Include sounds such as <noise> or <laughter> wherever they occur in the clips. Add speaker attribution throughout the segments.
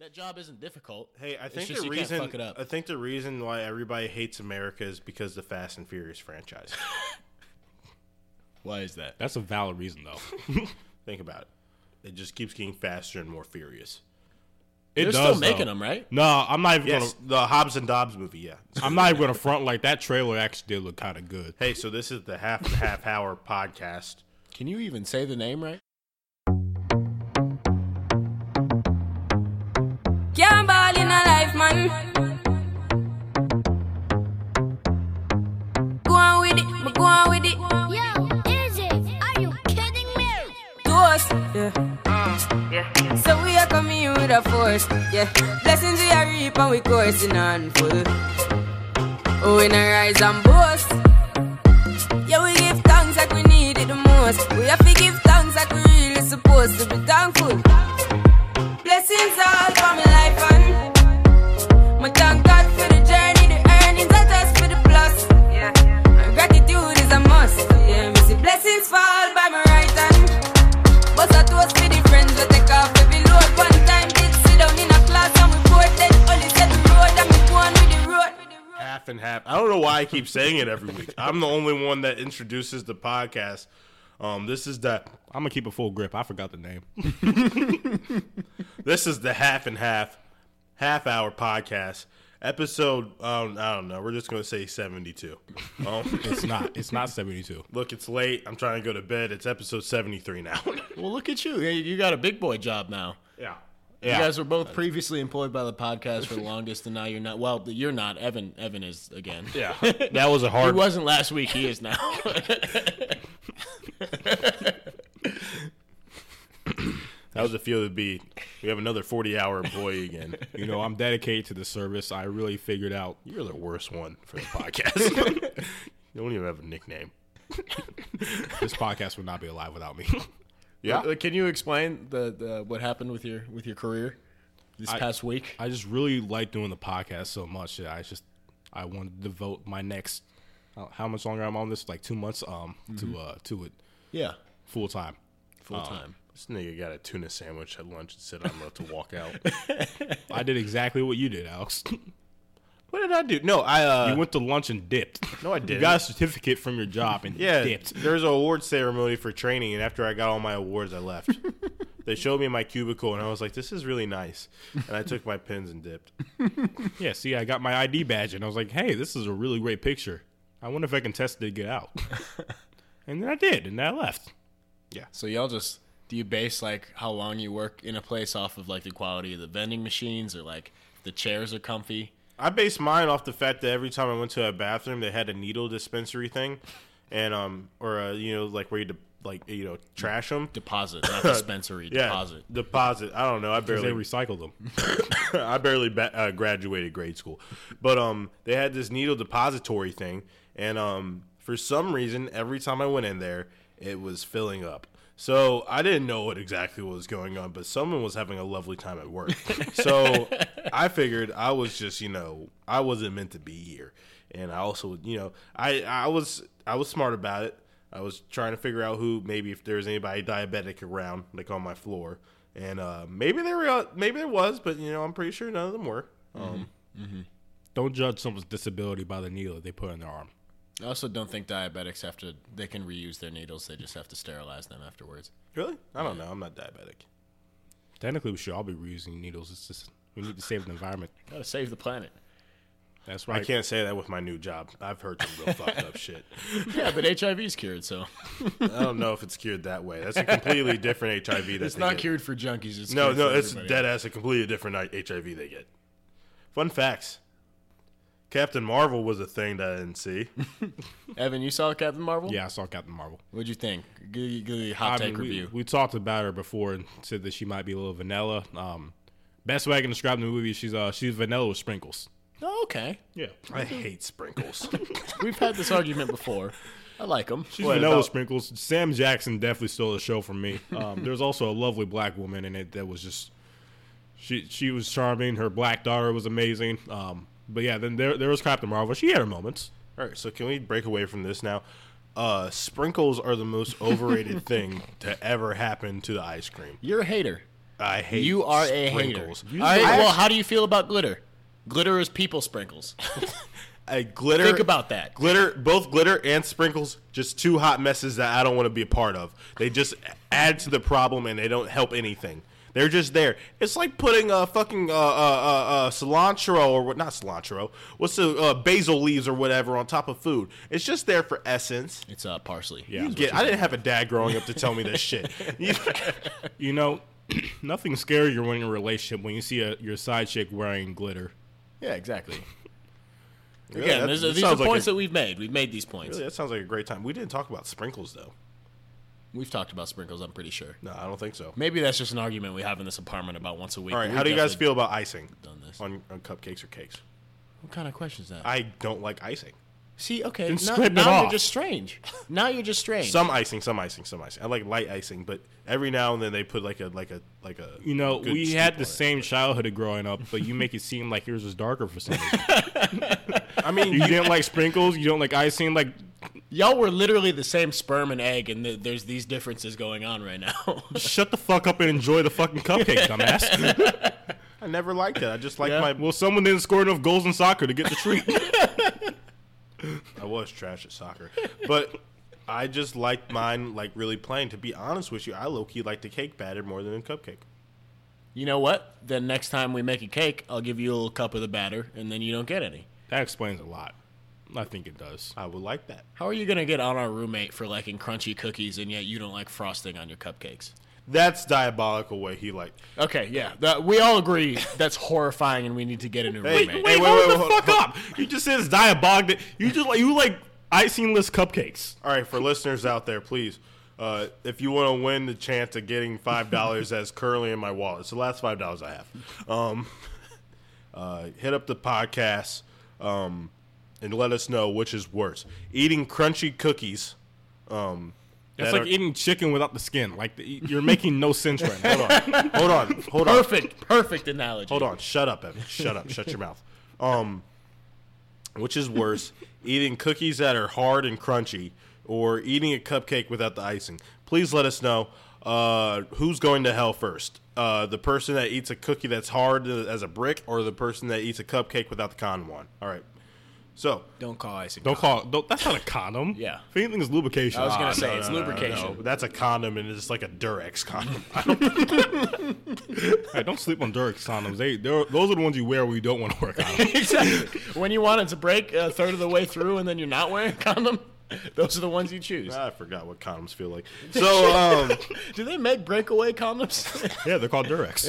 Speaker 1: That job isn't difficult.
Speaker 2: Hey, I
Speaker 1: It's
Speaker 2: think
Speaker 1: just
Speaker 2: the
Speaker 1: you can't
Speaker 2: reason
Speaker 1: fuck it up.
Speaker 2: I think the reason why everybody hates America is because the Fast and
Speaker 1: <laughs>
Speaker 2: Furious franchise.
Speaker 1: Why is that?
Speaker 3: That's a valid
Speaker 1: <laughs>
Speaker 3: reason though.
Speaker 2: think about it. It just keeps getting faster and more furious.
Speaker 3: It
Speaker 1: They're
Speaker 3: does
Speaker 1: still making
Speaker 3: though.
Speaker 1: them, right?
Speaker 3: No, I'm not even
Speaker 2: Yes,
Speaker 3: gonna.
Speaker 2: the Hobbs and Dobbs movie. Yeah.
Speaker 3: I'm not even gonna front like that trailer actually did look kind of good.
Speaker 2: hey, so this is the half and half hour <laughs> podcast.
Speaker 1: Can you even say the name right?
Speaker 4: Can't ball in a life, man. Go on with it, me go on with it.
Speaker 5: Yo, is it? Are you kidding me?
Speaker 4: To us, yeah. Mm, So we are coming in with a force, yeah. Blessings we are reap and we coursing on full. Oh, we not rise and boast. Yeah, we give thanks like we need it the most. We have to give thanks like we really supposed to be thankful. Blessings all for my life and my thank God for the journey, the earnings, not just for the plus. Yeah, and gratitude is a must. Yeah, we see blessings fall by my right hand. But I toast for the friends we take off every load. One time did sit down in a class and we both dead. Only set the road and we go on with the road.
Speaker 2: half and half. I don't know why I keep saying it every week. I'm the only one that introduces the podcast. Um, this is the
Speaker 3: I'm gonna keep a full grip. I forgot the name.
Speaker 2: <laughs> this is the half and half half hour podcast episode. Um, I don't know. We're just gonna say 72. Um,
Speaker 3: It's not. It's not 72.
Speaker 2: look, it's late. I'm trying to go to bed. It's episode 73 now.
Speaker 1: Well, look at you. Hey, You got a big boy job now.
Speaker 2: yeah.
Speaker 1: You guys were both previously employed by the podcast for the <laughs> longest, and now you're not. Well, you're not. Evan. Evan is again.
Speaker 2: yeah. <laughs> That was a
Speaker 1: He
Speaker 2: hard.
Speaker 1: wasn't last week. He is now. <laughs>
Speaker 2: That was a feel to be. We have another 40 hour employee again.
Speaker 3: <laughs> You know, I'm dedicated to the service. I really figured out.
Speaker 2: You're the worst one for
Speaker 1: <laughs>
Speaker 2: the
Speaker 3: <laughs>
Speaker 2: podcast. you don't even have a nickname.
Speaker 3: this podcast would not be alive without me. <laughs>
Speaker 2: Yeah.
Speaker 1: Can you explain the, the what happened with your with your career this past week?
Speaker 3: I just really like doing the podcast so much that I just I want to devote my next uh, how much longer I'm on this like two months um
Speaker 2: Mm-hmm.
Speaker 3: to uh to it
Speaker 1: yeah,
Speaker 3: full time.
Speaker 1: full time.
Speaker 2: This nigga got a tuna sandwich at lunch and said I'm about to walk out.
Speaker 3: <laughs>
Speaker 2: Uh,
Speaker 3: I did exactly what you did, Alex.
Speaker 2: what did I do? No, I uh
Speaker 3: you went to lunch and dipped.
Speaker 2: No, I
Speaker 3: You
Speaker 2: didn't.
Speaker 3: got a certificate from your job
Speaker 2: <laughs>
Speaker 3: and
Speaker 2: yeah,
Speaker 3: dipped.
Speaker 2: there was an award ceremony for training and after I got all my awards I left.
Speaker 3: <laughs>
Speaker 2: they showed me my cubicle and I was like, This is really nice. And I took my pins and dipped.
Speaker 3: Yeah, see, I got my ID badge and I was like, hey, this is a really great picture. I wonder if I can test it to
Speaker 2: <laughs>
Speaker 3: get out. and then I did, and I left.
Speaker 1: So y'all just do you base like how long you work in a place off of like the quality of the vending machines or like the chairs are comfy?
Speaker 2: I based mine off the fact that every time I went to a bathroom they had a needle dispensary thing and um or uh, you know, like where you de- like you know, trash them.
Speaker 1: Deposit,
Speaker 2: <laughs>
Speaker 1: not dispensary.
Speaker 2: yeah,
Speaker 1: Deposit.
Speaker 2: Deposit. I don't know. I barely
Speaker 3: They recycled them.
Speaker 2: <coughs> I barely ba- uh, graduated grade school, but um, they had this needle depository thing, and um, for some reason, every time I went in there, it was filling up. So I didn't know what exactly was going on, but someone was having a lovely time at work. so I figured I was just, you know, I wasn't meant to be here, and I also, you know, I I was I was smart about it. I was trying to figure out who maybe if there was anybody diabetic around, like on my floor, and uh, maybe there were, maybe there was, but you know, I'm pretty sure none of them were.
Speaker 1: Mm-hmm.
Speaker 2: Um,
Speaker 3: Don't judge someone's disability by the needle that they put on their arm.
Speaker 1: I also don't think diabetics have to. They can reuse their needles. They just have to sterilize them afterwards.
Speaker 2: Really? I don't know. I'm not diabetic.
Speaker 3: Technically, we should all be reusing needles. It's just we need to save the environment.
Speaker 1: Gotta save the planet.
Speaker 3: That's right.
Speaker 2: I can't say that with my new job. I've heard some
Speaker 1: <laughs>
Speaker 2: real fucked up shit.
Speaker 1: Yeah, but HIV's cured,
Speaker 2: <laughs>
Speaker 1: so
Speaker 2: I don't know if it's cured that way. That's a completely different HIV. That
Speaker 1: it's
Speaker 2: they
Speaker 1: not
Speaker 2: get.
Speaker 1: cured for junkies. It's
Speaker 2: No,
Speaker 1: cured
Speaker 2: no,
Speaker 1: for
Speaker 2: it's
Speaker 1: everybody.
Speaker 2: dead ass a completely different I- HIV they get. Fun facts. Captain Marvel was a thing that I didn't see.
Speaker 1: Evan, you saw Captain Marvel?
Speaker 3: Yeah, I saw Captain Marvel.
Speaker 1: What'd you think? Give, give you a hot
Speaker 3: I
Speaker 1: take
Speaker 3: mean, we,
Speaker 1: review.
Speaker 3: we talked about her before and said that she might be a little vanilla. Um, best way I can describe the movie, is she's uh, she's vanilla with sprinkles.
Speaker 1: oh, okay.
Speaker 3: Yeah, <laughs>
Speaker 2: I hate sprinkles.
Speaker 1: We've had this argument before. I like him.
Speaker 3: she's
Speaker 2: What
Speaker 3: vanilla with
Speaker 2: about-
Speaker 3: sprinkles. Sam Jackson definitely stole the show from me. Um, there's also a lovely black woman in it that was just she she was charming. Her black daughter was amazing. Um, but yeah, then there there was Captain Marvel. She had her moments.
Speaker 2: All right, so can we break away from this now? Uh,
Speaker 3: <laughs>
Speaker 2: sprinkles are the most overrated thing to ever happen to the ice cream.
Speaker 1: You're a hater.
Speaker 2: I hate
Speaker 1: You are a
Speaker 2: sprinkles.
Speaker 1: hater. All right, well, how do you feel about glitter? Glitter is people sprinkles.
Speaker 2: A glitter.
Speaker 1: Think about that.
Speaker 2: Glitter, both glitter and sprinkles, just two hot messes that I don't want to be a part of. They just add to the problem and they don't help anything. They're just there. It's like putting a fucking uh, uh, uh, uh, cilantro or what? Not cilantro. What's the uh, basil leaves or whatever on top of food? It's just there for essence.
Speaker 1: It's uh, parsley.
Speaker 3: Yeah.
Speaker 2: You get. I didn't have a dad growing up to tell me this
Speaker 3: <laughs>
Speaker 2: shit. You-
Speaker 3: You know, <clears throat> nothing's scarier when in a relationship when you see a, your side chick wearing glitter.
Speaker 1: Yeah, exactly.
Speaker 2: Yeah,
Speaker 1: Again,
Speaker 2: that-
Speaker 1: these-
Speaker 2: that
Speaker 1: these are
Speaker 2: sounds like
Speaker 1: points
Speaker 2: a-
Speaker 1: that we've made. We've made these points.
Speaker 2: Really, that sounds like a great time. We didn't talk about sprinkles though.
Speaker 1: We've talked about sprinkles, I'm pretty sure.
Speaker 2: No, I don't think
Speaker 3: Mm-hmm.
Speaker 2: so.
Speaker 1: Maybe that's just an argument we have in this apartment about once a week.
Speaker 2: All right,
Speaker 1: We've
Speaker 2: how do you guys
Speaker 1: definitely-
Speaker 2: feel about icing
Speaker 1: done this.
Speaker 2: on, on cupcakes or cakes?
Speaker 1: What kind of question is that?
Speaker 2: I don't like icing.
Speaker 1: See, okay,
Speaker 3: Then
Speaker 1: now,
Speaker 3: scrape it
Speaker 1: now
Speaker 3: off.
Speaker 1: you're just
Speaker 2: <laughs>
Speaker 1: strange. Now you're just strange.
Speaker 2: Some icing, some icing, some icing. I like light icing, but every now and then they put like a like a like a.
Speaker 3: You know,
Speaker 2: good
Speaker 3: we
Speaker 2: scoop
Speaker 3: had
Speaker 2: on
Speaker 3: the
Speaker 2: it.
Speaker 3: same childhood growing up, but you make it seem like yours was darker for some reason.
Speaker 2: I mean,
Speaker 3: <laughs> You
Speaker 2: you-
Speaker 3: didn't like sprinkles. You don't like icing. Like
Speaker 1: Y'all were literally the same sperm and egg, and th- there's these differences going on right now. <laughs>
Speaker 3: shut the fuck up and enjoy the fucking cupcake, dumbass.
Speaker 2: I never liked it. I just like
Speaker 1: Yeah.
Speaker 2: my.
Speaker 3: well, someone didn't score enough goals in soccer to get the treat. <laughs>
Speaker 2: I was trash at soccer, but I just liked mine like really plain. To be honest with you, I low key like the cake batter more than a cupcake.
Speaker 1: you know what? Then next time we make a cake, I'll give you a little cup of the batter, and then you don't get any.
Speaker 3: that explains a lot. I think it does.
Speaker 2: I would like that.
Speaker 1: How are you gonna get on our roommate for liking crunchy cookies, and yet you don't like frosting on your cupcakes?
Speaker 2: That's diabolical way he liked.
Speaker 1: Okay, yeah, that, we all agree that's horrifying, and we need to get a new roommate.
Speaker 3: Wait,
Speaker 2: wait,
Speaker 3: hold
Speaker 2: wait,
Speaker 3: the
Speaker 2: hold-
Speaker 3: fuck
Speaker 2: hold-
Speaker 3: up! You just said it's diabolic. You just like you like icingless cupcakes.
Speaker 2: All right, for listeners out there, please, uh, if you want to win the chance of getting five dollars that's currently in my wallet, it's the last five dollars I have. Um, <laughs> uh, hit up the podcast um, and let us know which is worse: eating crunchy cookies. Um,
Speaker 3: That's
Speaker 2: that
Speaker 3: like
Speaker 2: are-
Speaker 3: eating chicken without the skin. Like the, you're making no sense right now.
Speaker 2: hold on, hold on, hold on,
Speaker 1: Perfect, perfect analogy.
Speaker 2: hold on. Shut up, Evan. Shut up. Shut your mouth. Um, which is worse: eating cookies that are hard and crunchy, or eating a cupcake without the icing? Please let us know. Uh, who's going to hell first? Uh, the person that eats a cookie that's hard as a brick, or the person that eats a cupcake without the condom on? All right. So
Speaker 1: Don't call icing.
Speaker 3: Don't call it. Don't, that's not a condom.
Speaker 1: Yeah.
Speaker 3: If anything is lubrication.
Speaker 1: I was gonna
Speaker 3: Ah,
Speaker 1: say
Speaker 3: no,
Speaker 1: it's
Speaker 3: no, no, no.
Speaker 1: lubrication. <laughs>
Speaker 2: no, that's a condom, and it's like a Durex condom.
Speaker 3: Hey, don't sleep on Durex condoms. They they're- those are the ones you wear when you don't want to wear
Speaker 1: <laughs>
Speaker 3: condoms.
Speaker 1: exactly. When you want it to break a third of the way through, and then you're not wearing a condom, <laughs> those are the ones you choose.
Speaker 2: I forgot what condoms feel like. So um,
Speaker 1: Do they make breakaway <laughs> condoms?
Speaker 3: yeah, they're called Durex.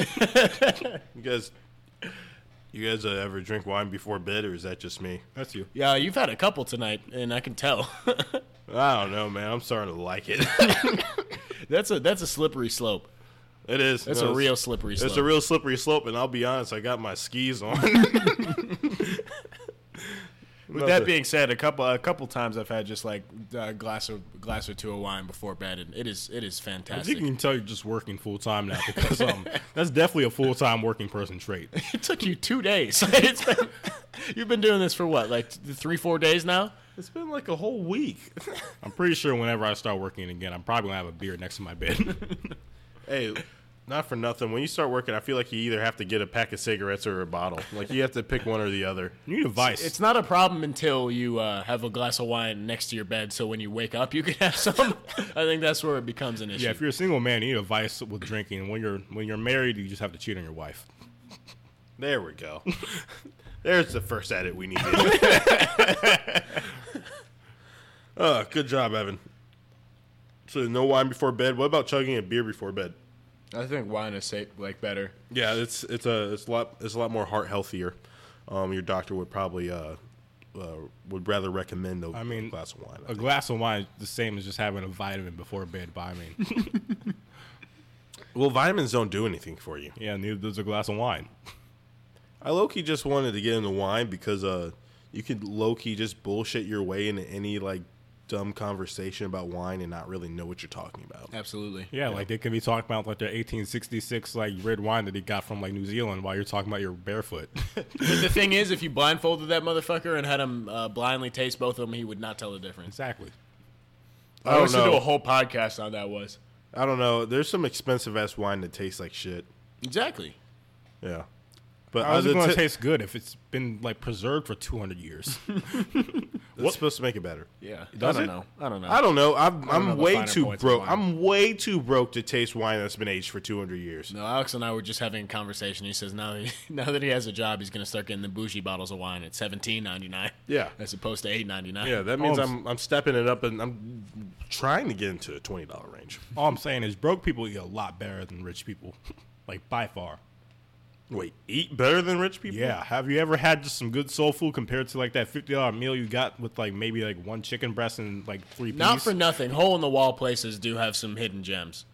Speaker 2: you guys, you guys uh, ever drink wine before bed, or is that just me?
Speaker 3: That's you.
Speaker 1: yeah, you've had a couple tonight, and I can tell. <laughs>
Speaker 2: I don't know, man. I'm starting to like it. <laughs>
Speaker 1: that's a that's a slippery slope.
Speaker 2: it is.
Speaker 1: That's
Speaker 2: No,
Speaker 1: a real slippery slope.
Speaker 2: It's a real slippery slope, and I'll be honest. I got my skis on. <laughs>
Speaker 1: With that being said, a couple a couple times I've had just like a glass or glass or two of wine before bed, and it is it is
Speaker 3: As you
Speaker 1: fantastic.
Speaker 3: can tell, you're just working full time now because um, that's definitely a full time working person trait.
Speaker 1: It took you two days. <laughs> It's been- you've been doing this for what, like th- three four days now?
Speaker 2: it's been like a whole week.
Speaker 3: <laughs> I'm pretty sure whenever I start working again, I'm probably gonna have a beer next to my bed. <laughs>
Speaker 2: hey, not for nothing. When you start working, I feel like you either have to get a pack of cigarettes or a bottle. Like you have <laughs> to pick one or the other.
Speaker 3: you need a vice.
Speaker 1: It's not a problem until you uh, have a glass of wine next to your bed, so when you wake up, you can have <laughs> some. I think that's where it becomes an issue.
Speaker 3: yeah, if you're a single man, you need a vice with drinking. When you're when you're married, you just have to cheat on your wife.
Speaker 2: There we go. <laughs> There's the first edit we needed. <laughs> uh, good job, Evan. So no wine before bed. What about chugging a beer before bed?
Speaker 1: I think wine is safe, like better.
Speaker 2: Yeah, it's it's a it's a lot it's a lot more heart healthier. Um, your doctor would probably uh, uh would rather recommend a,
Speaker 3: I mean,
Speaker 2: a glass of wine. I
Speaker 3: A
Speaker 2: think.
Speaker 3: glass of wine is the same as just having a vitamin before bed. But
Speaker 2: <laughs>
Speaker 3: I mean,
Speaker 2: well, vitamins don't do anything for you.
Speaker 3: yeah, neither does a glass of wine.
Speaker 2: I low key just wanted to get into wine because uh you could low key just bullshit your way into any like dumb conversation about wine and not really know what you're talking about.
Speaker 1: Absolutely.
Speaker 3: Yeah, like they can be talking about like their 1866 like red wine that he got from like New Zealand while you're talking about your barefoot. <laughs>
Speaker 1: But the thing is, if you blindfolded that motherfucker and had him uh, blindly taste both of them, he would not tell the difference.
Speaker 3: exactly.
Speaker 2: I don't know.
Speaker 1: whole podcast on that was.
Speaker 2: I don't know. There's some expensive ass wine that tastes like shit.
Speaker 1: Exactly.
Speaker 2: Yeah. But
Speaker 3: How is it
Speaker 2: other
Speaker 3: going to
Speaker 2: ti-
Speaker 3: taste good if it's been like preserved for 200 years?
Speaker 2: It's supposed to make it better.
Speaker 1: Yeah.
Speaker 2: Does
Speaker 1: I
Speaker 2: it?
Speaker 1: don't know. I don't know.
Speaker 2: I don't know. I'm, I'm
Speaker 3: know the
Speaker 2: way
Speaker 3: finer
Speaker 2: too
Speaker 3: points of
Speaker 2: broke.
Speaker 3: wine.
Speaker 2: I'm way too broke to taste wine that's been aged for 200 years.
Speaker 1: no, Alex and I were just having a conversation. He says now, he, <laughs> now that he has a job, he's going to start getting the bougie bottles of wine at seventeen ninety nine.
Speaker 2: Yeah.
Speaker 1: as opposed to eight ninety nine.
Speaker 2: Yeah, that means
Speaker 3: Oh, I'm-
Speaker 2: I'm I'm stepping it up and I'm trying to get into the twenty dollar range.
Speaker 3: All I'm saying is broke people eat a lot better than rich people, <laughs> like by far.
Speaker 2: Wait, eat better than rich people?
Speaker 3: Yeah. Have you ever had just some good soul food compared to like that fifty dollar meal you got with like maybe like one chicken breast and like three peas?
Speaker 1: Not for nothing. Hole in the wall places do have some hidden gems.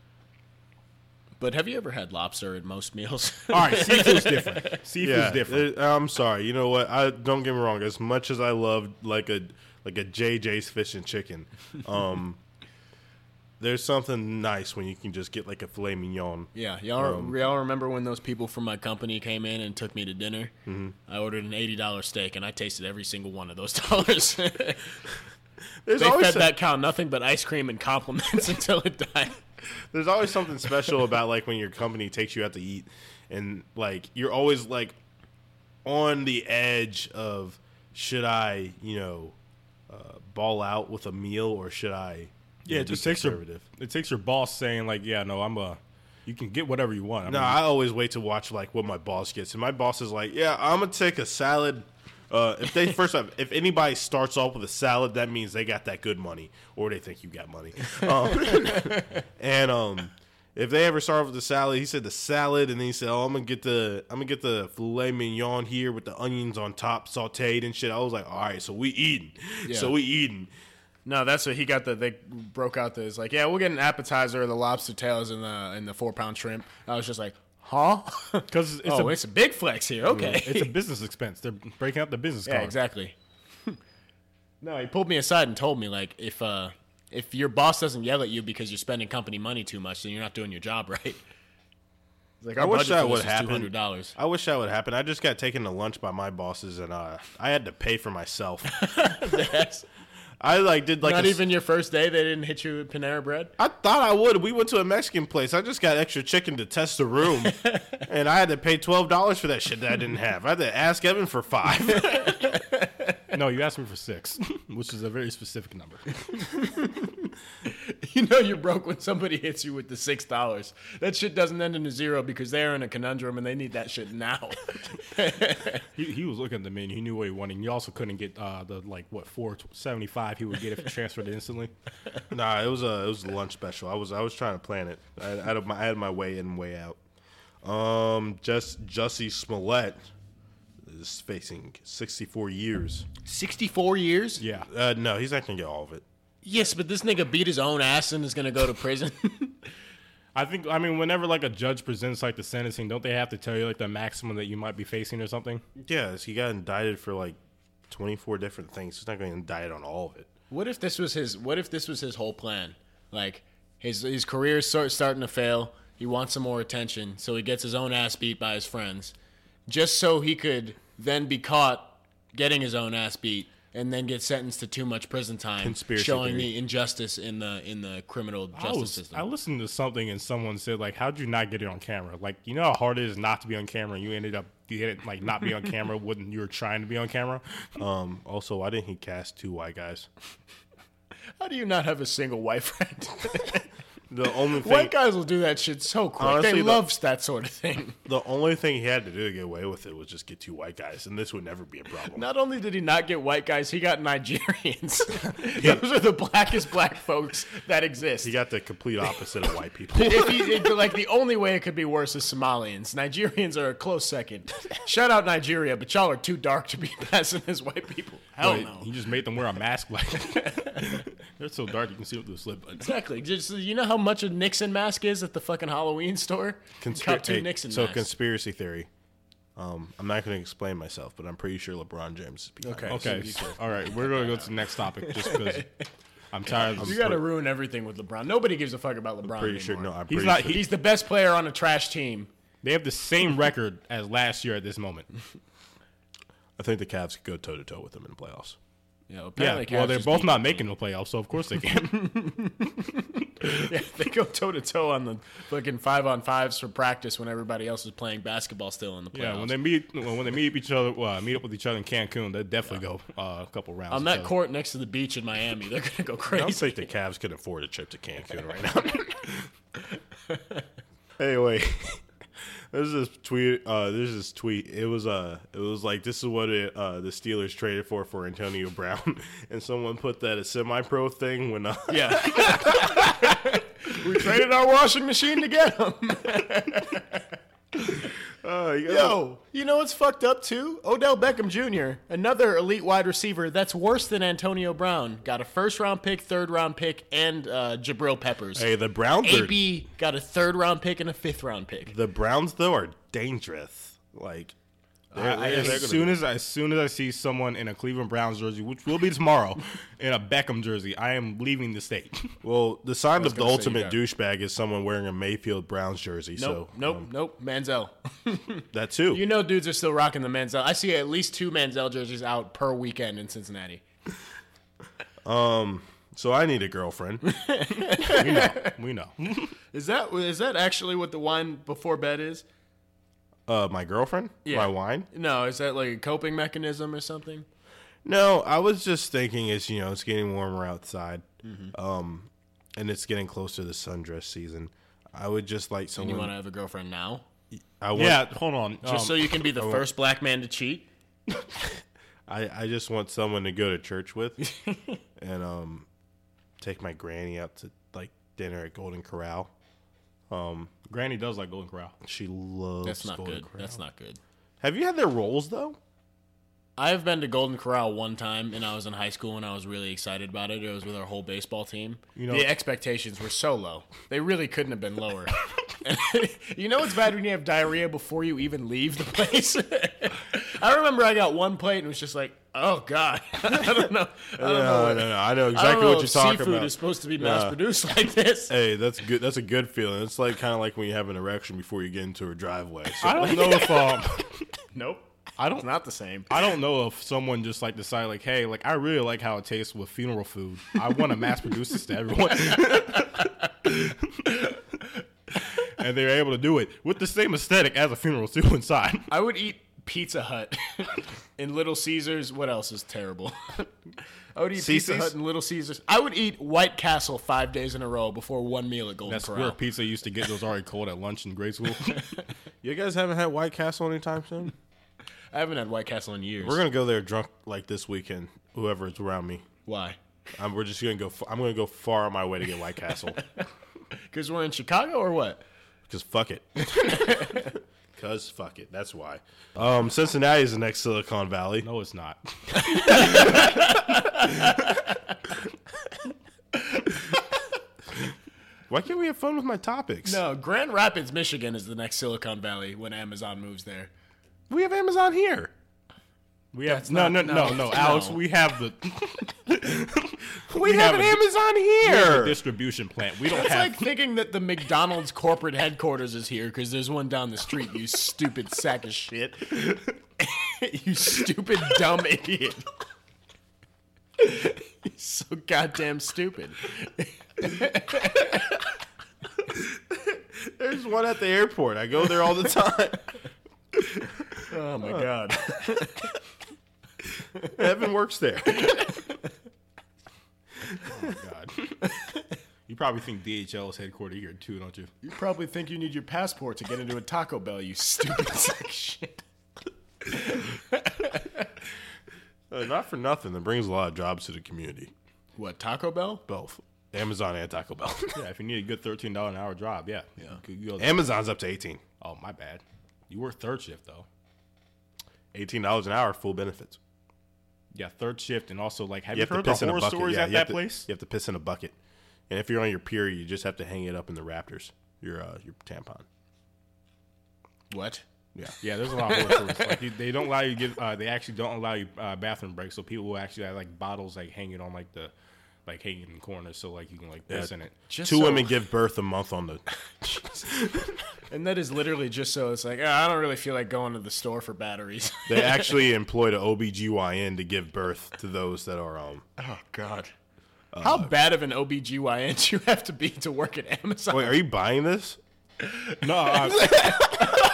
Speaker 1: But have you ever had lobster at most <laughs> meals?
Speaker 3: All right, seafood's
Speaker 2: <laughs>
Speaker 3: different. Seafood's
Speaker 2: yeah.
Speaker 3: different.
Speaker 2: it- I'm sorry. You know what? I don't get me wrong. As much as I love like a like a JJ's fish and
Speaker 3: <laughs>
Speaker 2: chicken, um, there's something nice when you can just get like a filet mignon.
Speaker 1: yeah, y'all, y'all remember when those people from my company came in and took me to dinner? Mm-hmm. I ordered an eighty dollar steak, and I tasted every single one of those <laughs> dollars.
Speaker 2: There's
Speaker 1: they
Speaker 2: always
Speaker 1: fed
Speaker 2: so-
Speaker 1: that cow nothing but ice cream and compliments <laughs> until it died.
Speaker 2: there's always something special about like when your company takes you out to eat and like you're always like on the edge of should I you know uh, ball out with a meal or should I you
Speaker 3: yeah,
Speaker 2: know,
Speaker 3: it
Speaker 2: be
Speaker 3: just takes your
Speaker 2: conservative?
Speaker 3: it takes your boss saying like, yeah, no, I'm a. You can get whatever you want. I
Speaker 2: No,
Speaker 3: mean,
Speaker 2: I always wait to watch like what my boss gets, and my boss is like, "Yeah, I'm gonna take a salad." Uh, if they first off, if anybody starts off with a salad, that means they got that good money, or they think you got money. Um, <laughs> and um, if they ever start with the salad, he said the salad, and then he said, "Oh, I'm gonna get the I'm gonna get the filet mignon here with the onions on top, sautéed and shit." I was like, "All right, so we eating, so we eating."
Speaker 1: No, that's what he got. The they broke out this like, yeah, we'll get an appetizer of the lobster tails and the and the four pound shrimp. I was just like, huh? <laughs>
Speaker 3: 'Cause it's
Speaker 1: oh,
Speaker 3: a-
Speaker 1: it's a big flex here. Okay,
Speaker 3: <laughs> it's a business expense. They're breaking out the business
Speaker 1: Yeah,
Speaker 3: card.
Speaker 1: exactly. <laughs> no, he pulled me aside and told me like if uh if your boss doesn't yell at you because you're spending company money too much, then you're not doing your job <laughs> right. It's like
Speaker 2: I wish that would
Speaker 1: Two
Speaker 2: happen.
Speaker 1: hundred dollars.
Speaker 2: I wish that would happen. I just got taken to lunch by my bosses, and uh, I had to pay for myself. I like did
Speaker 1: <laughs>
Speaker 2: like
Speaker 1: not
Speaker 2: a s-
Speaker 1: even your first day. They didn't hit you with Panera Bread.
Speaker 2: I thought I would. We went to a Mexican place. I just got extra chicken to test the room,
Speaker 3: <laughs>
Speaker 2: and I had to pay twelve dollars for that shit that I didn't have. I had to ask Evan for
Speaker 3: <laughs>
Speaker 2: five.
Speaker 3: No, you asked me for six, <laughs> which is a very specific number.
Speaker 1: <laughs> You know you're broke when somebody hits you with the six dollars. That shit doesn't end in a zero because they're in a conundrum and they need that shit now. <laughs>
Speaker 3: He, he was looking at the menu. He knew what he wanted. You also couldn't get uh, the like what four seventy five he would get if you transferred it <laughs> instantly.
Speaker 2: nah, it was a it was a lunch special. I was I was trying to plan it. I, I, had, my, I had my way in, way out. Um, just Jussie Smollett is facing sixty four years.
Speaker 1: Sixty-four years.
Speaker 3: Yeah,
Speaker 2: Uh, no, he's not gonna get all of it.
Speaker 1: Yes, but this nigga beat his own ass and is gonna go to prison. <laughs>
Speaker 3: I think I mean whenever like a judge presents like the sentencing, don't they have to tell you like the maximum that you might be facing or something?
Speaker 2: Yeah, he got indicted for like 24 different things. He's not going to indict on all of it.
Speaker 1: What if this was his? What if this was his whole plan? Like his his career is sort starting to fail. He wants some more attention, so he gets his own ass beat by his friends, just so he could then be caught getting his own ass beat and then get sentenced to too much prison time,
Speaker 2: Conspiracy
Speaker 1: showing
Speaker 2: theory.
Speaker 1: the injustice in the in the criminal
Speaker 3: I
Speaker 1: justice
Speaker 3: was
Speaker 1: system.
Speaker 3: I listened to something and someone said like, "How'd you not get it on camera? Like you know how hard it is not to be on camera. and You ended up you had it like not be on <laughs> camera when you were trying to be on camera.
Speaker 2: Um, also, why didn't he cast two white guys?
Speaker 1: How do you not have a single white friend?
Speaker 2: The only
Speaker 1: <laughs>
Speaker 2: thing,
Speaker 1: White guys will do that shit so quick.
Speaker 2: Honestly,
Speaker 1: they
Speaker 2: the-
Speaker 1: love that sort of thing.
Speaker 2: the only thing he had to do to get away with it was just get two white guys, and this would never be a problem.
Speaker 1: Not only did he not get white guys, he got
Speaker 2: <laughs>
Speaker 1: Nigerians. <laughs> Those are the blackest black folks that exist.
Speaker 2: He got the complete opposite
Speaker 1: <laughs>
Speaker 2: of white people.
Speaker 1: if he, it- like the only way it could be worse is Somalians. Nigerians are a close second. Shout out Nigeria, but y'all are too dark to be <laughs> passing as white people. Hell
Speaker 3: But
Speaker 1: no.
Speaker 3: He just made them wear a mask. Like <laughs> they're so dark you can see them through the slip buttons.
Speaker 1: Exactly. Just you know how much a Nixon mask is at the fucking Halloween store.
Speaker 2: Conspira-
Speaker 1: Got two
Speaker 2: hey,
Speaker 1: Nixon
Speaker 2: so,
Speaker 1: masks.
Speaker 2: conspiracy theory. Um, I'm not going to explain myself, but I'm pretty sure LeBron James is behind
Speaker 1: Okay.
Speaker 2: this.
Speaker 3: Okay, so- all right, we're gonna go to the next topic just because
Speaker 2: <laughs>
Speaker 3: I'm tired. of
Speaker 1: you
Speaker 3: this.
Speaker 1: got to ruin everything with LeBron. Nobody gives a fuck about LeBron.
Speaker 2: Pretty sure. No,
Speaker 1: anymore.
Speaker 2: I'm
Speaker 3: He's
Speaker 2: pretty
Speaker 3: not-
Speaker 2: sure.
Speaker 3: he-
Speaker 1: He's the best player on a trash team.
Speaker 3: They have the same record as last year at this moment.
Speaker 2: I think the Cavs could go toe to toe with him in the playoffs.
Speaker 1: Yeah,
Speaker 3: Yeah, well, they're both not making the playoffs, so of course they can.
Speaker 1: yeah, <laughs> they go toe to toe on the fucking five on fives for practice when everybody else is playing basketball still in the playoffs.
Speaker 3: Yeah, when they meet when when they meet each other, uh, meet up with each other in Cancun, they definitely go uh, a couple rounds.
Speaker 1: on
Speaker 3: with
Speaker 1: that
Speaker 3: each other.
Speaker 1: court next to the beach in Miami, they're gonna go <laughs>
Speaker 2: I don't
Speaker 1: crazy.
Speaker 2: think the Cavs could afford a trip to Cancun right now.
Speaker 3: <laughs>
Speaker 2: anyway, <laughs> there's this tweet. Uh, there's this tweet. It was uh, it was like this is what it, uh, the Steelers traded for for Antonio Brown, <laughs> and someone put that a semi-pro thing when uh,
Speaker 1: yeah, we traded our washing machine to get <laughs> him.
Speaker 2: uh, <laughs> you gotta-
Speaker 1: Yo, you know what's fucked up too? Odell Beckham Jr., another elite wide receiver that's worse than Antonio Brown, got a first round pick, third round pick, and uh, Jabril Peppers.
Speaker 2: hey, the Browns are
Speaker 1: AB got a third round pick and a fifth round pick.
Speaker 2: the Browns though are dangerous. Like they're- they're- they're
Speaker 3: as
Speaker 2: gonna
Speaker 3: soon
Speaker 2: be-
Speaker 3: as as soon as I see someone in a Cleveland Browns jersey, which will be tomorrow, <laughs> in a Beckham jersey, I am leaving the state.
Speaker 2: <laughs> well, the sign of the
Speaker 1: gonna say you
Speaker 2: ultimate
Speaker 1: got-
Speaker 2: douchebag is someone wearing a Mayfield Browns jersey.
Speaker 1: Nope,
Speaker 2: so
Speaker 1: nope,
Speaker 2: um,
Speaker 1: nope. Manziel.
Speaker 2: that too.
Speaker 1: You know, dudes are still rocking the Manziel. I see at least two Manziel jerseys out per weekend in Cincinnati.
Speaker 2: so I need a girlfriend.
Speaker 3: <laughs> we know.
Speaker 1: Is that is that actually what the wine before bed is?
Speaker 2: <laughs> Uh, my girlfriend? My wine?
Speaker 1: No, is that like a coping mechanism or something?
Speaker 2: No, I was just thinking it's you know it's getting warmer outside, um, and it's getting close to the sundress season. I would just like
Speaker 1: And you
Speaker 2: someone.
Speaker 1: want to have a girlfriend now,
Speaker 2: I want,
Speaker 3: yeah, hold on.
Speaker 1: just
Speaker 3: Um,
Speaker 1: so you can be the first black man to cheat?
Speaker 2: I, I just want someone to go to church with, and um, take my granny out to like dinner at Golden Corral. Um,
Speaker 3: Granny does like Golden Corral.
Speaker 2: She loves.
Speaker 1: That's not
Speaker 2: Golden
Speaker 1: good.
Speaker 2: Corral.
Speaker 1: That's not good.
Speaker 2: Have you had their rolls though?
Speaker 1: I've been to Golden Corral one time, and I was in high school, and I was really excited about it. It was with our whole baseball team.
Speaker 3: You know-
Speaker 1: the expectations were so low; they really couldn't have been lower. <laughs> you know what's bad when you have diarrhea before you even leave the place. <laughs> I remember I got one plate and was just like, "Oh God, <laughs> I don't know, I don't know,
Speaker 2: No,
Speaker 1: what-
Speaker 2: no, no. I know
Speaker 1: I don't
Speaker 2: exactly
Speaker 1: know
Speaker 2: what you're
Speaker 1: if
Speaker 2: talking
Speaker 1: seafood
Speaker 2: about.
Speaker 1: is supposed to be mass produced <laughs> like this."
Speaker 2: Hey, that's good. That's a good feeling. It's like kind of like when you have an erection before you get into a driveway. So
Speaker 3: I
Speaker 2: <laughs>
Speaker 3: don't know if um,
Speaker 1: Nope,
Speaker 3: I don't
Speaker 1: it's not the same.
Speaker 3: I don't know if someone just like decided like, hey, like I really like how it tastes with funeral food. I want to mass produce this to everyone. <laughs> and they're able to do it with the same aesthetic as a funeral stew inside.
Speaker 1: I would eat Pizza Hut <laughs> and Little Caesars. What else is terrible? <laughs> I would eat Pizza
Speaker 2: CC's?
Speaker 1: Hut and Little Caesars. I would eat White Castle five days in a row before one meal at Golden
Speaker 3: That's
Speaker 1: Corral.
Speaker 3: where pizza used to get those already cold at lunch in grade school.
Speaker 2: <laughs> You guys haven't had White Castle anytime soon?
Speaker 1: I haven't had White Castle in years.
Speaker 2: We're gonna go there drunk like this weekend. Whoever's around me,
Speaker 1: Why?
Speaker 2: I'm, we're just gonna go. f- I'm gonna go far on my way to get White Castle <laughs>
Speaker 1: Because we're in Chicago or what?
Speaker 2: because fuck it. <laughs> Cause fuck it. That's why. Um, Cincinnati is the next Silicon Valley.
Speaker 3: no,
Speaker 2: <laughs>
Speaker 3: it's not.
Speaker 2: Why can't we have fun with my topics?
Speaker 1: No, Grand Rapids, Michigan is the next Silicon Valley when Amazon moves there.
Speaker 2: we have Amazon here.
Speaker 3: We have no,
Speaker 1: not-
Speaker 3: no, no,
Speaker 1: no,
Speaker 3: no, Alex.
Speaker 1: no.
Speaker 3: We have the,
Speaker 2: We, have,
Speaker 3: have
Speaker 2: an
Speaker 3: a-
Speaker 2: Amazon
Speaker 3: the
Speaker 2: here.
Speaker 3: distribution plant. We don't
Speaker 1: It's
Speaker 3: have.
Speaker 1: like thinking that the McDonald's corporate headquarters is here because there's one down the street, you stupid sack of shit. <laughs> you stupid, dumb idiot. <laughs> You're so goddamn stupid.
Speaker 2: There's one at the airport. I go there all the time. <laughs>
Speaker 1: Oh my god.
Speaker 2: Evan works there.
Speaker 3: God. You probably think DHL is headquartered here too, don't you?
Speaker 1: You probably think you need your passport to get into a Taco Bell, you stupid sack of shit.
Speaker 2: Uh, not for nothing. That brings a lot of jobs to the community.
Speaker 1: What, Taco Bell?
Speaker 2: Both Amazon and Taco Bell.
Speaker 3: Yeah, if you need a good thirteen dollar an hour job, yeah, yeah.
Speaker 2: Amazon's up to 18.
Speaker 3: oh, my bad. You work third shift though.
Speaker 2: $18 an hour, full benefits.
Speaker 3: Yeah, third shift, and also like, have
Speaker 2: You
Speaker 3: you,
Speaker 2: have to
Speaker 3: heard the
Speaker 2: piss in a
Speaker 3: horror
Speaker 2: bucket.
Speaker 3: stories
Speaker 2: Yeah,
Speaker 3: at
Speaker 2: you have to-
Speaker 3: that place?
Speaker 2: You have to piss in a bucket. And if you're on your period, you just have to hang it up in the rafters, your uh, your tampon.
Speaker 1: What?
Speaker 2: Yeah.
Speaker 3: Yeah, there's a lot of horror stories. Like, you, they don't allow you to give. Uh, they actually don't allow you uh, bathroom breaks, so people will actually have like bottles like hanging on like the, like hanging in the corner, so like you can like piss in it.
Speaker 1: Just
Speaker 2: Two
Speaker 1: so-
Speaker 2: women give birth a month on the.
Speaker 1: And that is literally just so it's like, "Ah, I don't really feel like going to the store for
Speaker 2: <laughs>
Speaker 1: batteries.
Speaker 2: They actually employed an OBGYN to give birth to those that are um
Speaker 1: oh god. How bad of an OBGYN do you have to be to work at Amazon?
Speaker 2: Wait, are you buying this?
Speaker 3: No,
Speaker 2: <laughs>
Speaker 3: I-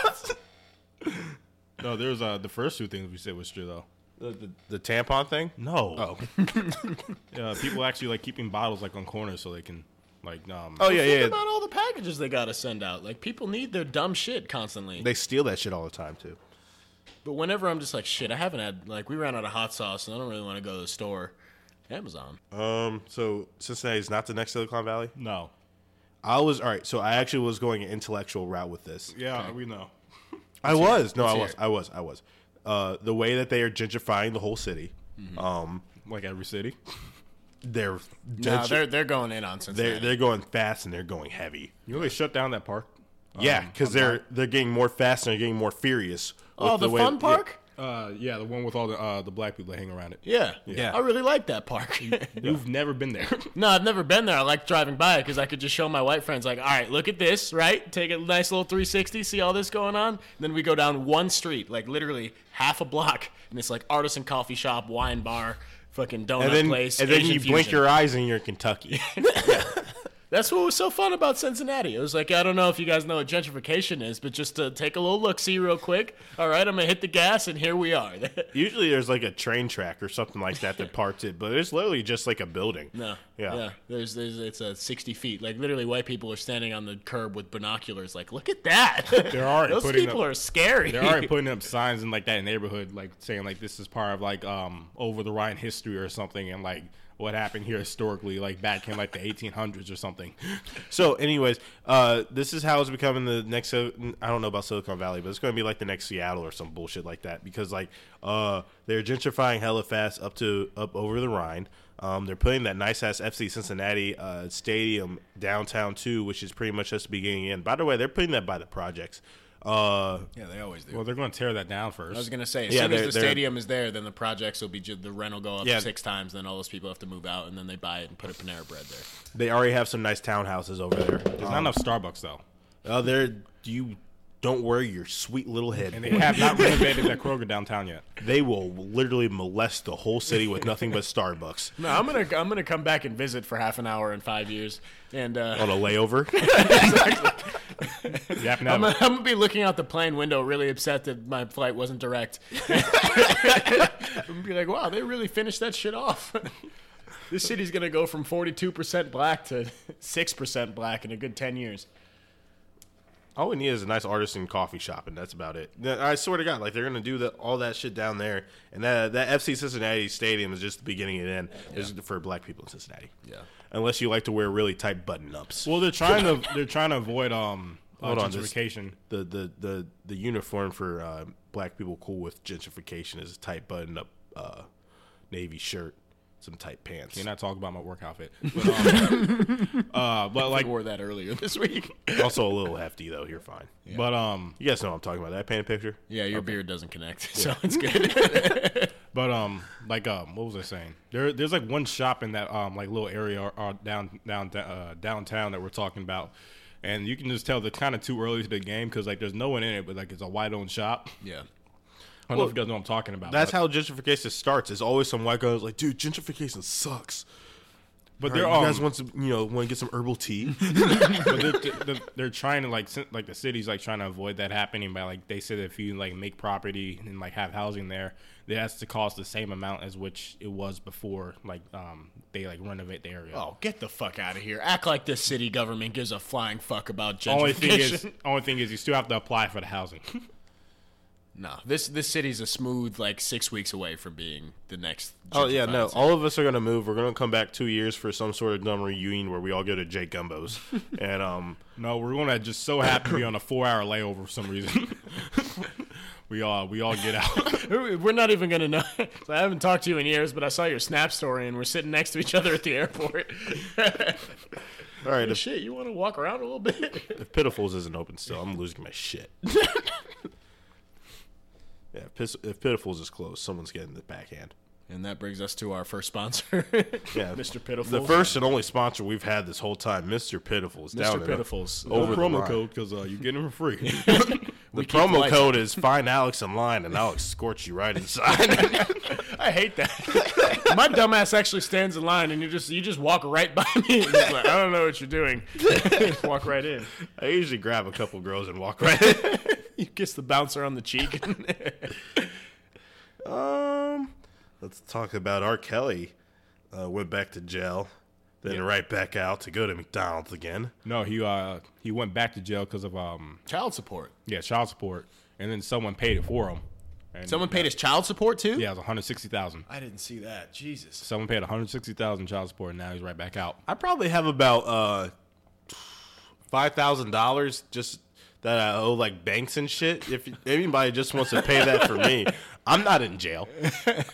Speaker 3: no. There's uh, the first two things we said was true though.
Speaker 2: The, the, the tampon thing?
Speaker 3: No. Oh. uh, people actually like keeping bottles like on corners so they can like um.
Speaker 2: Oh yeah,
Speaker 1: Think
Speaker 2: yeah.
Speaker 1: about all the packages they gotta send out. Like people need their dumb shit constantly.
Speaker 2: They steal that shit all the time too.
Speaker 1: but whenever I'm just like, shit, I haven't had like we ran out of hot sauce and I don't really want to go to the store. Amazon.
Speaker 2: Um, so Cincinnati's not the next Silicon Valley.
Speaker 3: No.
Speaker 2: I was all right. So I actually was going an intellectual route with this.
Speaker 3: Yeah, we know.
Speaker 2: I was. No, I
Speaker 1: hear
Speaker 2: was.
Speaker 1: it.
Speaker 2: I was. I was. Uh, the way that they are gentrifying the whole city. Um,
Speaker 3: Like every city.
Speaker 2: they're
Speaker 1: No,
Speaker 2: gentr-
Speaker 1: they're they're going in on
Speaker 2: they're
Speaker 1: Cincinnati.
Speaker 2: they're going fast and they're going heavy.
Speaker 3: You know they shut down that park. Um,
Speaker 2: Yeah, because they're they're getting more fast and they're getting more furious.
Speaker 1: oh,
Speaker 2: with
Speaker 1: the,
Speaker 2: way-
Speaker 1: fun park?
Speaker 3: Uh, yeah, the one with all the uh, the black people that hang around it.
Speaker 1: Yeah.
Speaker 2: Yeah.
Speaker 1: I really like that park.
Speaker 3: You've never been there.
Speaker 1: <laughs> no, I've never been there. I like driving by because I could just show my white friends, like, all right, look at this, right? Take a nice little 360, see all this going on. then we go down one street, like literally half a block, and it's like artisan coffee shop, wine bar, fucking donut
Speaker 2: And then,
Speaker 1: place.
Speaker 2: and then
Speaker 1: Asian
Speaker 2: you blink
Speaker 1: fusion.
Speaker 2: your eyes and you're in Kentucky.
Speaker 1: <laughs>
Speaker 2: <laughs>
Speaker 1: That's what was so fun about Cincinnati. It was like, I don't know if you guys know what gentrification is, but just to take a little look see real quick. All right, I'm going to hit the gas, and here we are. <laughs>
Speaker 2: Usually there's like a train track or something like that that parts it, but it's literally just like a building.
Speaker 1: No.
Speaker 2: Yeah.
Speaker 1: There's, there's, it's a 60 feet. Like, literally, white people are standing on the curb with binoculars, like, look at that. There
Speaker 3: are
Speaker 1: Those
Speaker 3: putting
Speaker 1: people
Speaker 3: up-
Speaker 1: are scary. <laughs>
Speaker 3: They're already putting up signs in like that neighborhood, like saying like this is part of like um over the Rhine history or something, and like what happened here historically, like back in like the 1800s or something. <laughs>
Speaker 2: So, anyways, uh, this is how it's becoming the next.
Speaker 3: uh,
Speaker 2: I don't know about Silicon Valley, but it's going to be like the next Seattle or some bullshit like that because like uh, they're gentrifying hella fast up to up over the Rhine. Um, they're putting that nice ass FC Cincinnati uh, stadium downtown too, which is pretty much just beginning in. By the way, they're putting that by the projects. Uh,
Speaker 1: yeah, they always do.
Speaker 3: Well, they're going to tear that down
Speaker 1: I was
Speaker 3: first.
Speaker 1: going to say, as
Speaker 2: Yeah,
Speaker 1: soon
Speaker 2: they're-
Speaker 1: as the
Speaker 2: they're-
Speaker 1: stadium is there, then the projects will be, ju- the rent will go up
Speaker 2: Yeah.
Speaker 1: six times, then all those people have to move out, and then they buy it and put a Panera Bread there.
Speaker 2: they already have some nice townhouses over there.
Speaker 3: There's not enough Starbucks though,
Speaker 2: Uh, they're you don't worry your sweet little head. <laughs>
Speaker 3: and they have not renovated that Kroger downtown yet.
Speaker 2: they will literally molest the whole city with nothing but <laughs> Starbucks
Speaker 1: No, I'm going to I'm gonna come back and visit for half an hour in five years, and uh, <laughs>
Speaker 2: on a layover.
Speaker 3: Yep, now
Speaker 1: I'm, I'm gonna be looking out the plane window, really upset that my flight wasn't <laughs> direct. I'm gonna be like, wow, they really finished that shit off. <laughs> this city's gonna go from 42% black to 6% black in a good 10 years.
Speaker 2: <laughs> All we need is a nice artisan coffee shop, and that's about it. Th- I swear to God, like they're gonna do the, all that shit down there, and that that FC Cincinnati stadium is just the beginning and end is for black people in Cincinnati.
Speaker 1: Yeah.
Speaker 2: unless you like to wear really tight button ups.
Speaker 3: well, they're trying to they're trying to avoid um uh,
Speaker 2: Hold on, this-
Speaker 3: gentrification.
Speaker 2: the the the the uniform for uh, black people cool with gentrification is a tight button up uh, navy shirt, some tight pants.
Speaker 3: You're not talking about my
Speaker 2: <laughs>
Speaker 3: work outfit, but, um, uh, but
Speaker 1: I
Speaker 3: like,
Speaker 1: wore that earlier <laughs> this week.
Speaker 2: <laughs> also a little hefty though. You're fine.
Speaker 3: but um,
Speaker 2: You guys know what I'm talking about. Did I paint a picture.
Speaker 1: Yeah, your beard doesn't connect, so it's good.
Speaker 3: But um, like um, what was I saying? There, there's like one shop in that um, like little area uh, down down uh, downtown that we're talking about, and you can just tell they're kind of too early to the game because like there's no one in it, but like it's a white owned shop.
Speaker 1: yeah.
Speaker 3: I don't know if you guys know what I'm talking about.
Speaker 2: That's
Speaker 3: but,
Speaker 2: how gentrification starts. There's always some white guy who's like, "Dude, gentrification sucks."
Speaker 3: but
Speaker 2: All
Speaker 3: they're
Speaker 2: right,
Speaker 3: um,
Speaker 2: you guys want some, you know, want to get some herbal tea?
Speaker 3: but they're, they're, they're trying to like sin- like the city's like trying to avoid that happening by like they said if you like make property and like have housing there, that has to cost the same amount as which it was before like um they like renovate the
Speaker 1: <laughs>
Speaker 3: area.
Speaker 1: Oh, get the fuck out of here. Act like this city government gives a flying fuck about gentrification. <laughs>
Speaker 3: Only thing is, <laughs> only thing is, you still have to apply for the housing. <laughs>
Speaker 1: no, this this city's a smooth like six weeks away from being the next.
Speaker 2: <laughs> oh yeah,
Speaker 1: gentrified
Speaker 2: no.
Speaker 1: city.
Speaker 2: All of us are gonna move. We're gonna come back two years for some sort of dumb reunion where we all go to Jay <laughs> Gumbo's, and um,
Speaker 3: No, we're gonna just so happen to be on a four hour layover for some reason. <laughs> we all we all get out.
Speaker 1: We're not even gonna know. <laughs> So I haven't talked to you in years, but I saw your snap story, and we're sitting next to each other at the airport. <laughs>
Speaker 2: all right, if,
Speaker 1: Shit, you want to walk around a little bit?
Speaker 2: if Pitifuls isn't open still, I'm losing my shit. <laughs> <laughs> yeah, if, Pis- if Pitifuls is closed, someone's getting the backhand.
Speaker 1: <laughs> And that brings us to our first <laughs> sponsor,
Speaker 2: Yeah,
Speaker 1: Mr. Pitiful.
Speaker 2: the first and only sponsor we've had this whole time, Mr. Pitifuls.
Speaker 1: Mr. <laughs>
Speaker 2: Down in-
Speaker 1: Pitiful's.
Speaker 2: Over the line.
Speaker 3: because uh, you get them for
Speaker 2: <laughs>
Speaker 3: free. <laughs>
Speaker 2: The
Speaker 1: we keep
Speaker 2: promo
Speaker 1: lights.
Speaker 2: code is find Alex online, and Alex escorts you right inside. <laughs>
Speaker 1: I hate that. My dumbass actually stands in line, and you just you just walk right by me. And just like, I don't know what you're doing. <laughs> Just walk right in. <laughs>
Speaker 2: I usually grab a couple girls and walk right. in.
Speaker 1: You kiss the bouncer on the cheek.
Speaker 2: Um, let's talk about R. Kelly. Uh, went back to jail, then right back out to go to McDonald's again.
Speaker 3: No, he uh he went back to jail because of um
Speaker 1: child support.
Speaker 3: yeah child support, and then someone paid it for him. And
Speaker 1: Someone paid his child support too.
Speaker 3: Yeah, it was one hundred sixty thousand.
Speaker 1: I didn't see that. Jesus.
Speaker 3: Someone paid one hundred sixty thousand child support, and now he's right back out.
Speaker 2: I probably have about uh five thousand dollars just that I owe like banks and shit. If anybody just wants to pay that for me, I'm not in jail.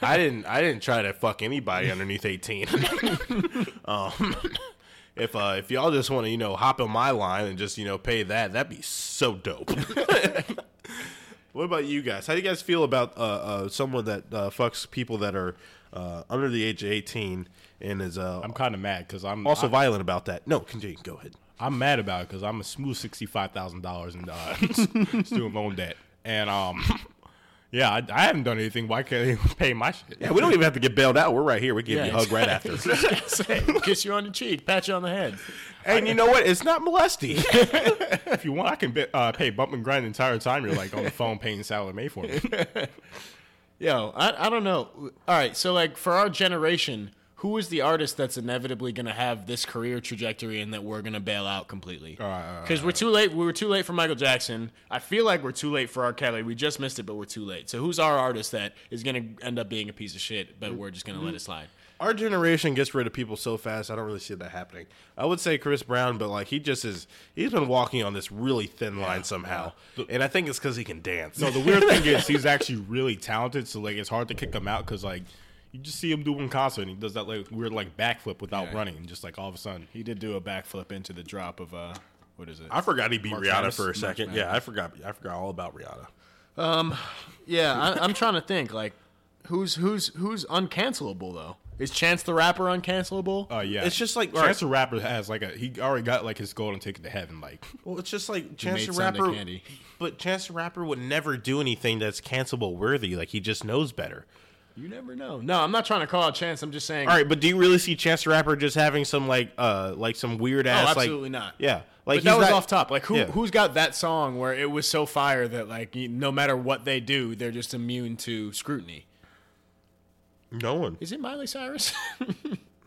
Speaker 2: I didn't I didn't try to fuck anybody underneath eighteen. <laughs> um, if uh, if y'all just want to you know hop on my line and just you know pay that, that'd be so dope. <laughs> What about you guys? How do you guys feel about uh, uh, someone that uh, fucks people that are uh, under the age of eighteen and is uh,
Speaker 3: I'm kind of mad because I'm
Speaker 2: also
Speaker 3: I,
Speaker 2: violent about that. No, continue. Go ahead.
Speaker 3: I'm mad about it because I'm a smooth sixty five thousand dollars in uh, <laughs> student loan debt, and um, yeah, I, I haven't done anything. Why can't anyone pay my shit?
Speaker 2: Yeah, we don't even have to get bailed out. We're right here. We give
Speaker 1: Yeah,
Speaker 2: you a hug right
Speaker 1: <laughs>
Speaker 2: after.
Speaker 1: Say, kiss you on the cheek, pat you on the head.
Speaker 2: and you know what? It's not molesty.
Speaker 3: If you want, I can be, uh, pay bump and grind the entire time you're like on the phone paying Sally Mae for me.
Speaker 1: Yo, I, I don't know. All right, so like for our generation, who is the artist that's inevitably going to have this career trajectory and that we're going to bail out completely? Because we're too late. We were too late for Michael Jackson. I feel like we're too late for R. Kelly. We just missed it, but we're too late. So who's our artist that is going to end up being a piece of shit, but we're just going to let it slide?
Speaker 2: Our generation gets rid of people so fast. I don't really see that happening. I would say Chris Brown, but like he just is. He's been walking on this really thin line somehow, and I think it's because he can dance.
Speaker 3: No, the weird thing is he's actually really talented, so like it's hard to kick him out because like you just see him do one concert and he does that like weird like backflip without running, and just like all of a sudden.
Speaker 6: He did do a backflip into the drop of uh, what is it?
Speaker 2: I forgot he beat
Speaker 6: Mark
Speaker 2: Rihanna
Speaker 6: Harris.
Speaker 2: for a
Speaker 6: Mark
Speaker 2: second.
Speaker 6: Harris.
Speaker 2: Yeah, I forgot. I forgot all about Rihanna.
Speaker 1: Yeah, I, I'm trying to think. Like, who's who's who's uncancelable though? Is Chance the Rapper uncancelable?
Speaker 6: Uh,
Speaker 3: Oh yeah,
Speaker 2: It's just like-
Speaker 3: Chance the Rapper has like a he already got like his golden ticket to heaven. Like
Speaker 2: Well, it's just like Chance
Speaker 1: made
Speaker 2: the
Speaker 1: Sunday
Speaker 2: Rapper,
Speaker 1: candy.
Speaker 2: but Chance the Rapper would never do anything that's cancelable worthy. Like he just knows better.
Speaker 1: you never know. No, I'm not trying to call out Chance. I'm just saying.
Speaker 2: All right, but do you really see Chance the Rapper just having some like uh like some weird ass
Speaker 1: absolutely
Speaker 2: like
Speaker 1: not.
Speaker 2: Yeah.
Speaker 1: but
Speaker 2: Like
Speaker 1: that
Speaker 2: he's
Speaker 1: was
Speaker 2: not-
Speaker 1: off top. Like who
Speaker 2: Yeah.
Speaker 1: who's got that song where it was so fire that like you- no matter what they do, they're just immune to scrutiny.
Speaker 2: No one.
Speaker 1: Is it Miley Cyrus? <laughs>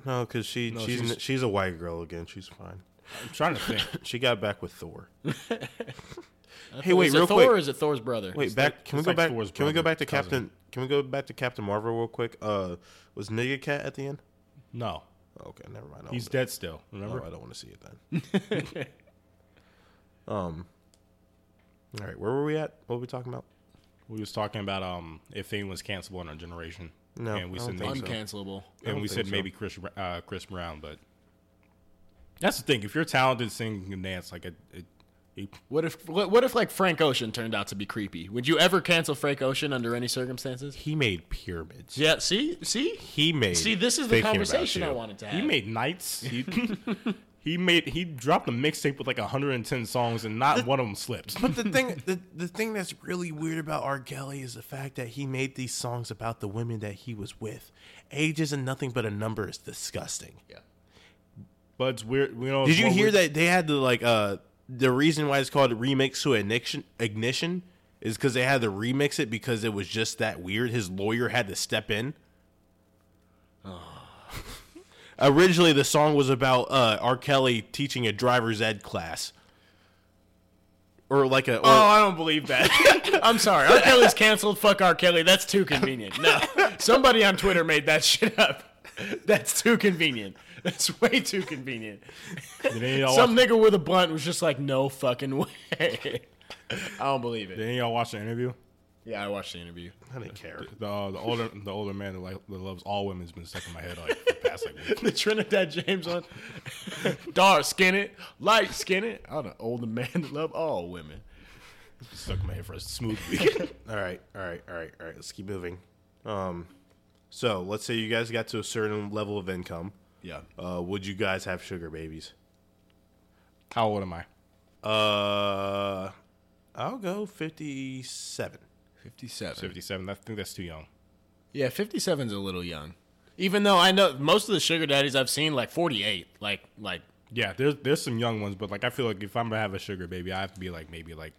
Speaker 2: No, cuz she she's she's,
Speaker 3: she's-
Speaker 2: a white girl again. She's fine.
Speaker 3: I'm trying to think.
Speaker 2: <laughs> She got back with Thor. hey, wait,
Speaker 1: is
Speaker 2: real
Speaker 1: it Thor
Speaker 2: quick.
Speaker 1: or is it Thor's brother?
Speaker 2: wait, back. can we
Speaker 3: it's
Speaker 2: go
Speaker 3: like
Speaker 2: back?
Speaker 3: Thor's
Speaker 2: can we go
Speaker 3: brother,
Speaker 2: back to
Speaker 3: cousin.
Speaker 2: Captain? Can we go back to Captain Marvel real quick? Uh, was Nigga Cat at the end?
Speaker 3: No,
Speaker 2: Okay, never mind. I
Speaker 3: he's
Speaker 2: don't-
Speaker 3: dead still.
Speaker 2: No,
Speaker 3: Remember?
Speaker 2: Oh, I don't want to see it then. um. All right, where were we at? What were we talking about?
Speaker 3: We was talking about um if thing was cancelable in our generation.
Speaker 2: No,
Speaker 3: and we
Speaker 2: I
Speaker 3: said
Speaker 2: don't think so.
Speaker 1: Uncancelable.
Speaker 3: and
Speaker 2: don't
Speaker 3: we
Speaker 2: think
Speaker 3: said
Speaker 2: so.
Speaker 3: maybe Chris uh, Chris Brown, but that's the thing. If you're talented, singing and dance, like it, it, it
Speaker 1: What if what, what if like Frank Ocean turned out to be creepy? Would you ever cancel Frank Ocean under any circumstances?
Speaker 2: He made pyramids.
Speaker 1: Yeah. See, see,
Speaker 2: He made.
Speaker 1: see. This is the
Speaker 2: thinking about
Speaker 1: conversation
Speaker 2: you.
Speaker 1: I wanted to have.
Speaker 3: he made nights.
Speaker 1: <laughs>
Speaker 3: He, he made he dropped a mixtape with like 110 songs, and not one of them
Speaker 1: <laughs>
Speaker 3: slipped.
Speaker 2: But the thing, the, the thing that's really weird about R. Kelly is the fact that he made these songs about the women that he was with. Age isn't nothing but a number. Is disgusting.
Speaker 3: But it's weird. You know,
Speaker 2: Did
Speaker 3: it's
Speaker 2: you
Speaker 3: more
Speaker 2: hear
Speaker 3: weird-
Speaker 2: that they had to like uh the reason why it's called remix to ignition ignition is because they had to remix it because it was just that weird. His lawyer had to
Speaker 1: <sighs>
Speaker 2: step in. Originally, the song was about uh, R. Kelly teaching a driver's ed class, or like a or,
Speaker 1: Oh, I don't believe that. <laughs> I'm sorry. R. Kelly's canceled. Fuck R. Kelly. That's too convenient. No.
Speaker 2: <laughs>
Speaker 1: Somebody on Twitter made that shit up. That's too convenient. That's way too convenient.
Speaker 3: Did any of y'all
Speaker 1: Some
Speaker 3: watch,
Speaker 1: nigga with a blunt was just like, no fucking way. I don't believe
Speaker 3: did
Speaker 1: it.
Speaker 3: any of y'all watch the interview?
Speaker 1: Yeah, I watched the interview. <laughs>
Speaker 2: I didn't care.
Speaker 3: The, uh, the older the older man that, like, that loves all women has been stuck in my head like the past like week.
Speaker 1: The Trinidad James on <laughs> dark skin it, light skin it. I'm an older man <laughs> that love all women.
Speaker 3: stuck in my head for a smooth week.
Speaker 2: All right, all right, all right, all right. Let's keep moving. Um, so let's say you guys got to a certain level of income.
Speaker 1: Yeah. oh,
Speaker 2: Uh, would you guys have sugar babies?
Speaker 3: How old am I?
Speaker 2: Uh, I'll go 57.
Speaker 1: 57.
Speaker 3: 57. I think that's too young.
Speaker 1: Yeah, 57's a little young. Even though I know most of the sugar daddies I've seen like 48, like like
Speaker 3: Yeah, there's there's some young ones, but like I feel like if I'm gonna have a sugar baby, I have to be like maybe like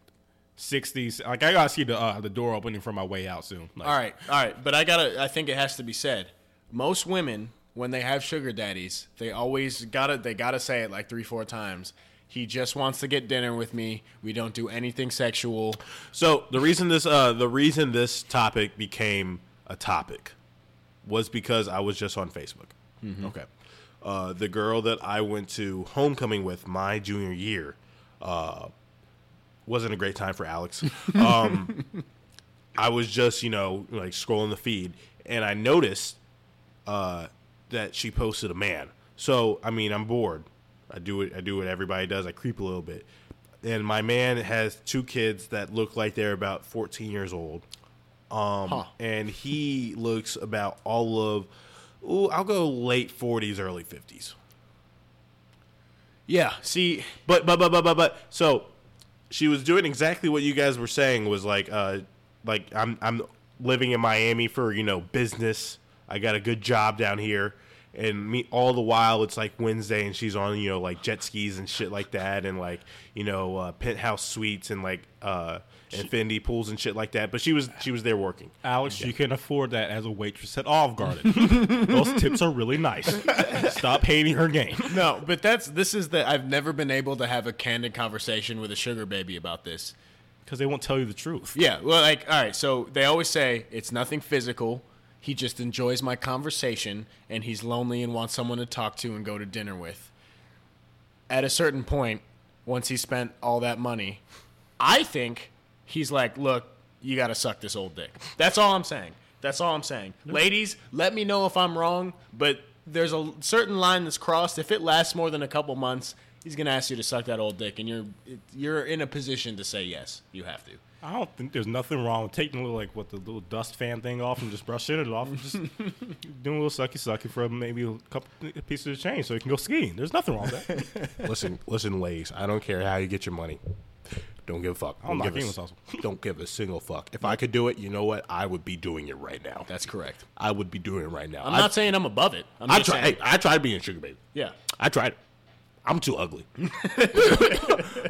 Speaker 3: 60s. Like I gotta see the uh, the door opening for my way out soon. Like,
Speaker 1: All right, all right, but I gotta. I think it has to be said. Most women, when they have sugar daddies, they always gotta. They gotta say it like three, four times. He just wants to get dinner with me. We don't do anything sexual.
Speaker 2: So the reason this uh the reason this topic became a topic was because I was just on Facebook. Okay. Uh, the girl that I went to homecoming with my junior year uh, wasn't a great time for Alex. Um, I was just, you know, like scrolling the feed and I noticed uh, that she posted a man. So I mean, I'm bored. I do what I do what everybody does. I creep a little bit, and my man has two kids that look like they're about 14 years old. Um, and he looks about all of, ooh, I'll go late 40s, early 50s.
Speaker 1: Yeah. See,
Speaker 2: But but but but but but so she was doing exactly what you guys were saying was like uh like I'm I'm living in Miami for you know business. I got a good job down here. And me all the while it's like Wednesday and she's on you know like jet skis and shit like that and like you know uh, penthouse suites and like uh infinity pools and shit like that. But she was she was there working.
Speaker 3: Alex, you can afford that as a waitress at Olive Garden. Those tips are really nice. Stop hating her game.
Speaker 1: no, but that's this is the I've never been able to have a candid conversation with a sugar baby about this.
Speaker 3: Because they won't tell you the truth.
Speaker 1: Yeah, well, like, all right. So they always say it's nothing physical. He just enjoys my conversation, and he's lonely and wants someone to talk to and go to dinner with. At a certain point, once he spent all that money, I think he's like, "Look, you got to suck this old dick." That's all I'm saying. That's all I'm saying. Ladies, let me know if I'm wrong, but there's a certain line that's crossed. If it lasts more than a couple months, he's gonna ask you to suck that old dick, and you're you're in a position to say yes. You have to.
Speaker 3: I don't think there's nothing wrong with taking a little, like, what, the little dust fan thing off and just brushing it off and just
Speaker 2: <laughs>
Speaker 3: doing a little sucky sucky for maybe a couple a piece of change so you can go skiing. There's nothing wrong with that.
Speaker 2: <laughs> listen, listen, ladies. I don't care how you get your money. Don't give a fuck.
Speaker 3: I'm
Speaker 2: Don't
Speaker 3: not
Speaker 2: give, a,
Speaker 3: getting
Speaker 2: s-
Speaker 3: <laughs> responsible.
Speaker 2: don't give a single fuck. If I could do it, you know what? I would be doing it right now.
Speaker 1: That's correct.
Speaker 2: I would be doing it right now.
Speaker 1: I'm
Speaker 2: I,
Speaker 1: not saying I'm above it. I'm
Speaker 2: I
Speaker 1: just
Speaker 2: try.
Speaker 1: saying,
Speaker 2: Hey, I tried being a sugar baby.
Speaker 1: yeah.
Speaker 2: I tried. I'm too
Speaker 3: <laughs>
Speaker 2: ugly.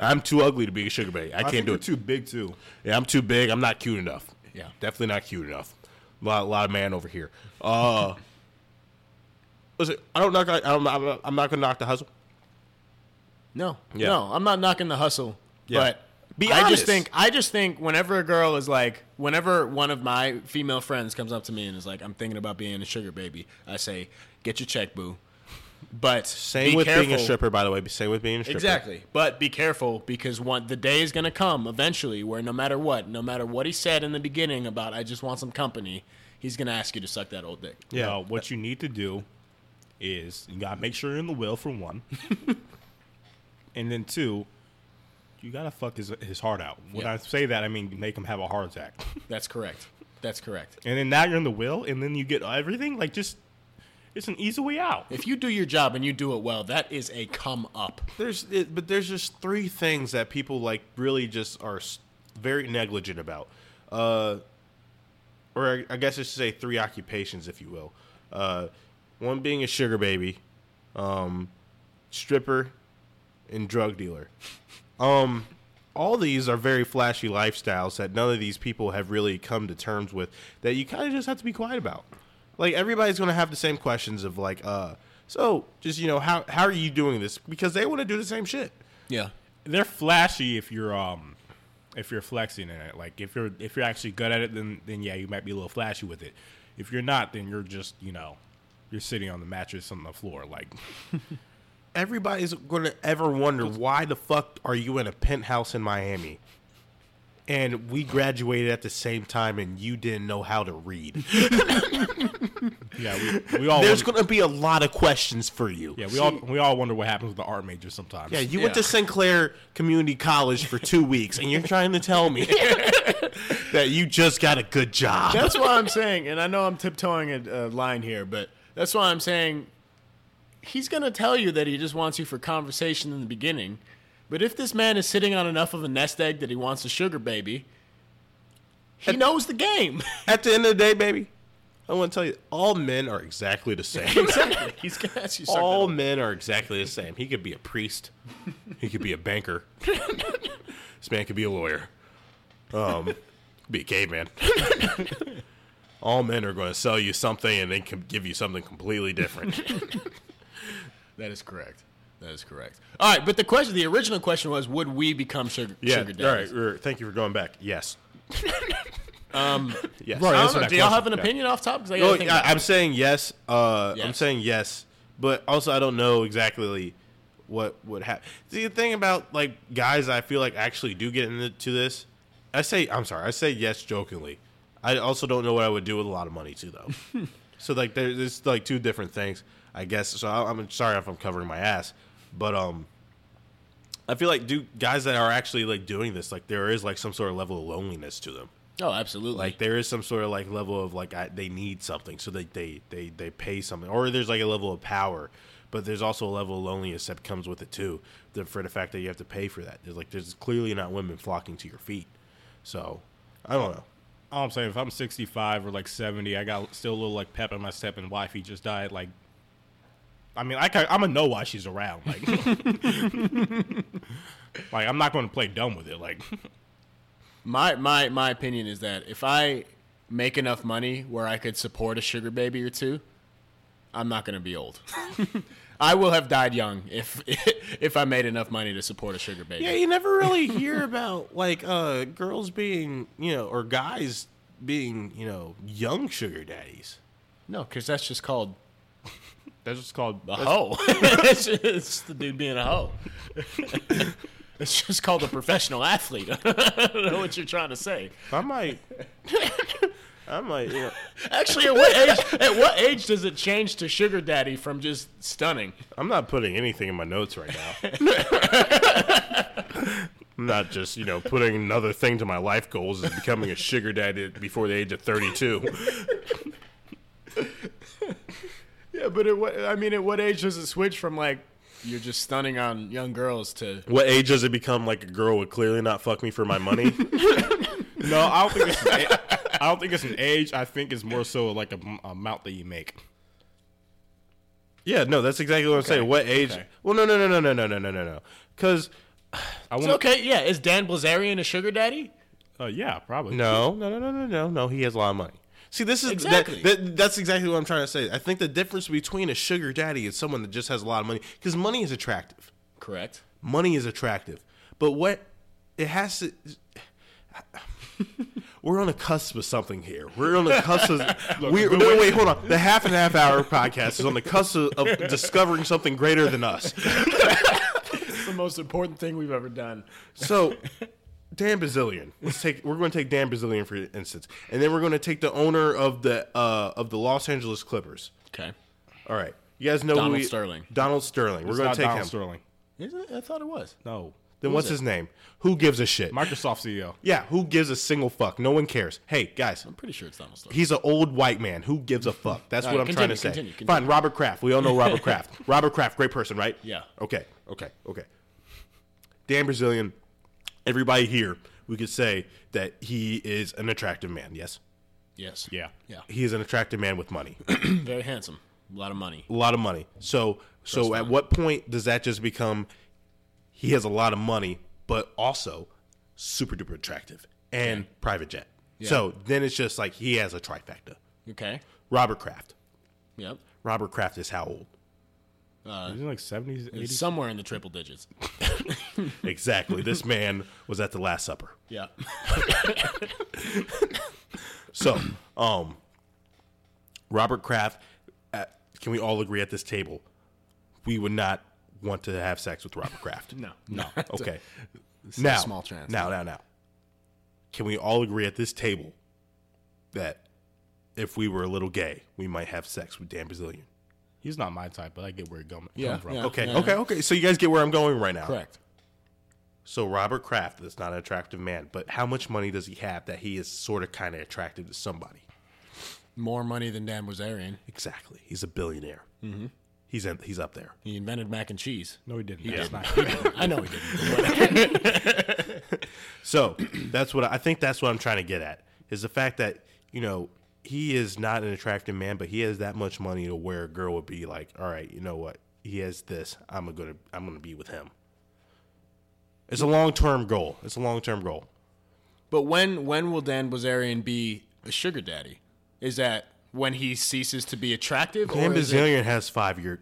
Speaker 2: I'm too ugly to be a sugar baby. I, can't do it.
Speaker 3: too big, too.
Speaker 2: yeah, I'm too big. I'm not cute enough.
Speaker 1: Yeah.
Speaker 2: definitely not cute enough. A lot, lot of man over here. Uh, <laughs> listen, I don't knock. I don't, I'm not, I'm not gonna knock the hustle.
Speaker 1: No,
Speaker 2: Yeah.
Speaker 1: no, I'm not knocking the hustle,
Speaker 2: Yeah.
Speaker 1: but
Speaker 2: Be
Speaker 1: I
Speaker 2: honest.
Speaker 1: just think I just think whenever a girl is like, whenever one of my female friends comes up to me and is like, "I'm thinking about being a sugar baby," I say, "Get your check, boo." But
Speaker 2: Same
Speaker 1: be
Speaker 2: with
Speaker 1: careful.
Speaker 2: being a stripper, by the way. Same with being a stripper.
Speaker 1: Exactly. But be careful because one the day is going to come eventually where no matter what, no matter what he said in the beginning about I just want some company, he's going to ask you to suck that old dick.
Speaker 3: Yeah. what you need to do is you gotta make sure you're in the will
Speaker 2: <laughs>
Speaker 3: for one, and then two, you gotta fuck his his heart out. When
Speaker 1: Yeah.
Speaker 3: I say that, I mean make him have a heart attack.
Speaker 1: That's correct. That's correct.
Speaker 3: and then now you're in the will, and then you get everything. Like just, it's an easy way out.
Speaker 1: If you do your job and you do it well, that is a come up.
Speaker 2: There's, it, but there's just three things that people like really just are s- very negligent about, uh, or I, I guess I should say three occupations, if you will. Uh, one being a sugar baby, um, stripper, and drug dealer. Um, all these are very flashy lifestyles that none of these people have really come to terms with. That you kind of just have to be quiet about. Like everybody's going to have the same questions of like, uh, so just you know how how are you doing this? Because they want to do the same shit.
Speaker 1: Yeah.
Speaker 3: They're flashy if you're um. If you're flexing in it, like if you're if you're actually good at it, then then yeah, you might be a little flashy with it. If you're not, then you're just you know, you're sitting on the mattress on the floor, like
Speaker 2: Everybody's going to ever wonder why the fuck are you in a penthouse in Miami? And we graduated at the same time, and you didn't know how to read.
Speaker 3: yeah. We, we
Speaker 2: <laughs>
Speaker 3: all
Speaker 2: There's
Speaker 3: wanna-
Speaker 2: going to be a lot of questions for you.
Speaker 3: Yeah, we all we all wonder what happens with the art major sometimes.
Speaker 2: Yeah, you went
Speaker 1: Yeah.
Speaker 2: to Sinclair Community College for two weeks, and you're trying to tell me that you just got a good job.
Speaker 1: That's why I'm saying, and I know I'm tiptoeing a, a line here, but that's why I'm saying he's going to tell you that he just wants you for conversation in the beginning. But if this man is sitting on enough of a nest egg that he wants a sugar baby, he knows the game. <laughs>
Speaker 2: At the end of the day, baby, I want to tell you, all men are exactly the same.
Speaker 1: exactly. He's gonna ask you something.
Speaker 2: all men are exactly the same. He could be a priest. He could be a banker. this man could be a lawyer. Um, be a <laughs> caveman. all men are going to sell you something and then com- give you something completely <laughs> different.
Speaker 1: That is correct. That is correct. All right, but the question, the original question was, would we become sugar,
Speaker 2: yeah.
Speaker 1: sugar
Speaker 2: all right.
Speaker 1: daddies?
Speaker 2: er, Thank you for going back. Yes. um. Yes.
Speaker 3: Rory,
Speaker 1: I don't
Speaker 3: answer
Speaker 1: know.
Speaker 3: that
Speaker 1: Do y'all have an
Speaker 3: question. Yeah.
Speaker 1: opinion off top? 'Cause I gotta
Speaker 2: Oh,
Speaker 1: think
Speaker 2: I,
Speaker 1: about it.
Speaker 2: I'm saying yes. Uh, I'm
Speaker 1: Yes.
Speaker 2: saying yes, but also I don't know exactly what would happen. See, the thing about like guys, I feel like actually do get into this. I say I'm sorry. I say yes jokingly. I also don't know what I would do with a lot of money too, though. so like, there- there's like two different things, I guess. So I, I'm sorry if I'm covering my ass, but um. I feel like do guys that are actually like doing this, like there is like some sort of level of loneliness to them
Speaker 1: Oh, absolutely.
Speaker 2: like there is some sort of like level of like I, they need something so they, they they they pay something or there's like a level of power but there's also a level of loneliness that comes with it too the, for the fact that you have to pay for that there's like there's clearly not women flocking to your feet so i don't know
Speaker 3: All I'm saying, if I'm 65 or like 70, I got still a little like pep in my step, and wifey just died. Like, I mean, I can, I'm gonna know why she's around. Like, <laughs> like I'm not gonna play dumb with it. Like,
Speaker 1: my my my opinion is that if I make enough money where I could support a sugar baby or two, I'm not going to be old. <laughs> I will have died young if <laughs> if I made enough money to support a sugar baby.
Speaker 2: yeah you never really hear about like uh girls being you know or guys being you know young sugar daddies
Speaker 1: No, because that's just called
Speaker 3: that's just called.
Speaker 1: a hoe. it's just the dude being a hoe. <laughs> it's just called a professional athlete. <laughs> I don't know what you're trying to say.
Speaker 2: i might i might you know,
Speaker 1: Actually, at what age? At what age does it change to sugar daddy from just stunning?
Speaker 2: I'm not putting anything in my notes right now.
Speaker 3: <laughs>
Speaker 2: I'm not just, you know, putting another thing to my life goals is becoming a sugar daddy before the age of 32.
Speaker 1: Yeah, but at what? I mean, at what age does it switch from like you're just stunning on young girls to?
Speaker 2: What age does it become like a girl would clearly not fuck me for my money?
Speaker 3: <laughs> No, I don't think it's. An a- I don't think it's an age. I think it's more so like a m- amount that you make.
Speaker 2: <laughs> yeah, no, that's exactly what I'm saying. What age?
Speaker 3: okay.
Speaker 2: Well, no, no, no, no, no, no, no, no, no, no. Because
Speaker 3: I
Speaker 1: It's
Speaker 3: want.
Speaker 1: okay, yeah. Is Dan Blazarian a sugar daddy?
Speaker 3: Uh, yeah, probably.
Speaker 2: No, no, no, no, no, no, no. He has a lot of money. See, this is
Speaker 1: Exactly.
Speaker 2: that, that, that's exactly what I'm trying to say. I think the difference between a sugar daddy and someone that just has a lot of money, because money is attractive.
Speaker 1: Correct.
Speaker 2: money is attractive but what it has to we're on the cusp of something here we're on the
Speaker 3: <laughs>
Speaker 2: cusp of we, no, wait hold on the half and half hour podcast is on the cusp of, of discovering something greater than us
Speaker 1: It's the most important thing we've ever done.
Speaker 2: so dan bazillion let's take we're going to take dan bazillion for instance and then we're going to take the owner of the uh, of the los angeles clippers
Speaker 1: Okay.
Speaker 2: all right you guys know who
Speaker 1: Donald
Speaker 2: we-
Speaker 1: Sterling.
Speaker 2: donald sterling we're
Speaker 3: It's
Speaker 2: going to
Speaker 3: not
Speaker 2: take
Speaker 3: Donald
Speaker 2: him
Speaker 3: Sterling.
Speaker 1: Is it? I thought it was.
Speaker 3: No,
Speaker 2: then what's his name who gives a shit
Speaker 3: Microsoft
Speaker 1: E
Speaker 3: CEO.
Speaker 2: Yeah, who gives a single fuck? No one cares. Hey, guys,
Speaker 1: I'm pretty sure it's Donald Sterling.
Speaker 2: he's an old white man. Who gives a fuck? That's
Speaker 1: All
Speaker 2: what
Speaker 1: right,
Speaker 2: I'm
Speaker 1: continue,
Speaker 2: trying to say.
Speaker 1: continue, continue.
Speaker 2: Fine, Robert Kraft. We all
Speaker 1: <laughs>
Speaker 2: know Robert Kraft. Robert Kraft, great person, right?
Speaker 1: Yeah.
Speaker 2: Okay, okay, okay. Dan Brazilian, everybody here, we could say that he is an attractive man, yes?
Speaker 1: yes.
Speaker 3: Yeah.
Speaker 1: Yeah. <clears throat>
Speaker 2: He is an attractive man with money,
Speaker 1: Very handsome. A lot of money.
Speaker 2: a lot of money. So, so at what point does that just become he has a lot of money, but also super duper attractive and private jet? So then it's just like he has a trifecta.
Speaker 1: Okay.
Speaker 2: Robert Kraft.
Speaker 1: Yep.
Speaker 2: Robert Kraft is how old?
Speaker 3: Isn't it like 70s, 80s?
Speaker 1: It's somewhere in the triple digits.
Speaker 2: Exactly. this <laughs> man was at the Last Supper.
Speaker 1: Yeah.
Speaker 2: So, <clears throat> um, Robert Kraft. Uh, can we all agree at this table? We would not want to have sex with Robert Kraft.
Speaker 1: <laughs> No.
Speaker 3: <laughs>
Speaker 1: No.
Speaker 2: Okay. now,
Speaker 1: small chance.
Speaker 2: Now, now, now. Can we all agree at this table that if we were a little gay, we might have sex with Dan Brazilian?
Speaker 3: He's not my type, but I get where you're going
Speaker 1: Yeah,
Speaker 3: come from.
Speaker 1: yeah.
Speaker 2: Okay, okay, okay. So you guys get where I'm going right now.
Speaker 1: Correct.
Speaker 2: So Robert Kraft is not an attractive man, but how much money does he have that he is sort of kind of attractive to somebody?
Speaker 1: More money than Dan Blazarian.
Speaker 2: Exactly. He's a billionaire. Mm-hmm. He's in, he's up there.
Speaker 1: He invented mac and cheese.
Speaker 3: No, he didn't.
Speaker 1: He
Speaker 3: That's
Speaker 1: did.
Speaker 3: not-
Speaker 1: <laughs> I know he
Speaker 3: <laughs>
Speaker 1: didn't. but-
Speaker 2: So <clears throat> that's what I think. That's what I'm trying to get at is the fact that you know he is not an attractive man, but he has that much money to where a girl would be like, all right, you know what? He has this. I'm gonna I'm gonna be with him. It's a long term goal. It's a long term goal.
Speaker 1: But when when will Dan Bazarian be a sugar daddy? Is that when he ceases to be attractive?
Speaker 2: Dan
Speaker 1: or is it,
Speaker 2: Bazillion has five year,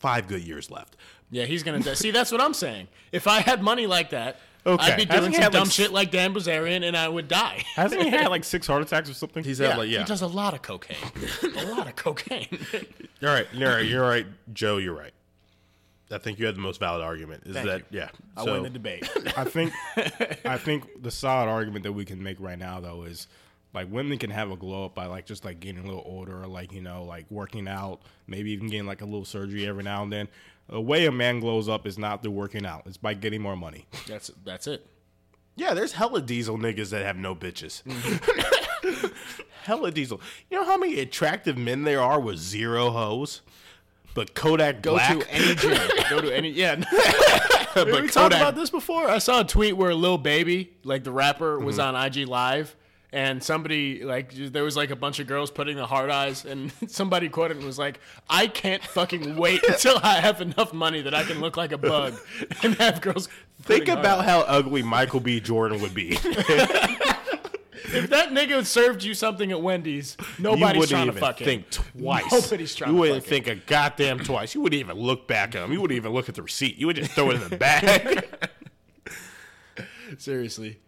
Speaker 2: five good years left.
Speaker 1: yeah, he's gonna die. see. That's what I'm saying. If I had money like that,
Speaker 2: Okay.
Speaker 1: I'd be doing
Speaker 2: Hasn't he
Speaker 1: some
Speaker 2: had, like,
Speaker 1: dumb
Speaker 2: s-
Speaker 1: shit like Dan Bazarian, and I would
Speaker 2: <laughs>
Speaker 1: die.
Speaker 3: Hasn't he had like six heart attacks or something? He's
Speaker 2: had, like,
Speaker 1: he
Speaker 2: yeah.
Speaker 1: does a lot of cocaine, a lot of cocaine.
Speaker 2: <laughs> All right, all right, you're right, Joe. You're right. I think you had the most valid argument. Is
Speaker 1: Thank
Speaker 2: that
Speaker 1: you.
Speaker 2: yeah?
Speaker 1: I
Speaker 2: so-
Speaker 1: win the debate.
Speaker 3: I think I think the solid argument that we can make right now though is like women can have a glow up by like just like getting a little older or like you know like working out, maybe even getting like a little surgery every now and then. The way a man glows up is not through working out; it's by getting more money.
Speaker 1: that's that's it.
Speaker 2: Yeah, there's hella diesel niggas that have no bitches.
Speaker 3: Mm-hmm.
Speaker 2: <laughs> hella diesel. You know how many attractive men there are with zero hoes? But Kodak
Speaker 1: Go
Speaker 2: Black.
Speaker 1: to any
Speaker 2: <laughs>
Speaker 1: gym. Go to any yeah.
Speaker 2: but
Speaker 1: Did we talk about this before? I saw a tweet where Lil Baby, like the rapper, was
Speaker 2: Mm-hmm.
Speaker 1: on IG Live, and somebody like j- there was like a bunch of girls putting the hard eyes, and <laughs> somebody quoted and was like, "I can't fucking
Speaker 2: <laughs>
Speaker 1: wait until I have enough money that I can look like a bug <laughs> and have girls."
Speaker 2: Think
Speaker 1: putting hard
Speaker 2: about
Speaker 1: eyes."
Speaker 2: how ugly Michael B. Jordan would be.
Speaker 1: if that nigga served you something at Wendy's.
Speaker 2: you
Speaker 1: Nobody's
Speaker 2: wouldn't
Speaker 1: trying
Speaker 2: even
Speaker 1: to fuck
Speaker 2: think
Speaker 1: him.
Speaker 2: twice.
Speaker 1: Nobody's trying
Speaker 2: You
Speaker 1: to
Speaker 2: wouldn't
Speaker 1: fuck
Speaker 2: think a goddamn twice. You wouldn't even look back at him. You wouldn't even look at the receipt. You would just throw it in the bag.
Speaker 1: Seriously.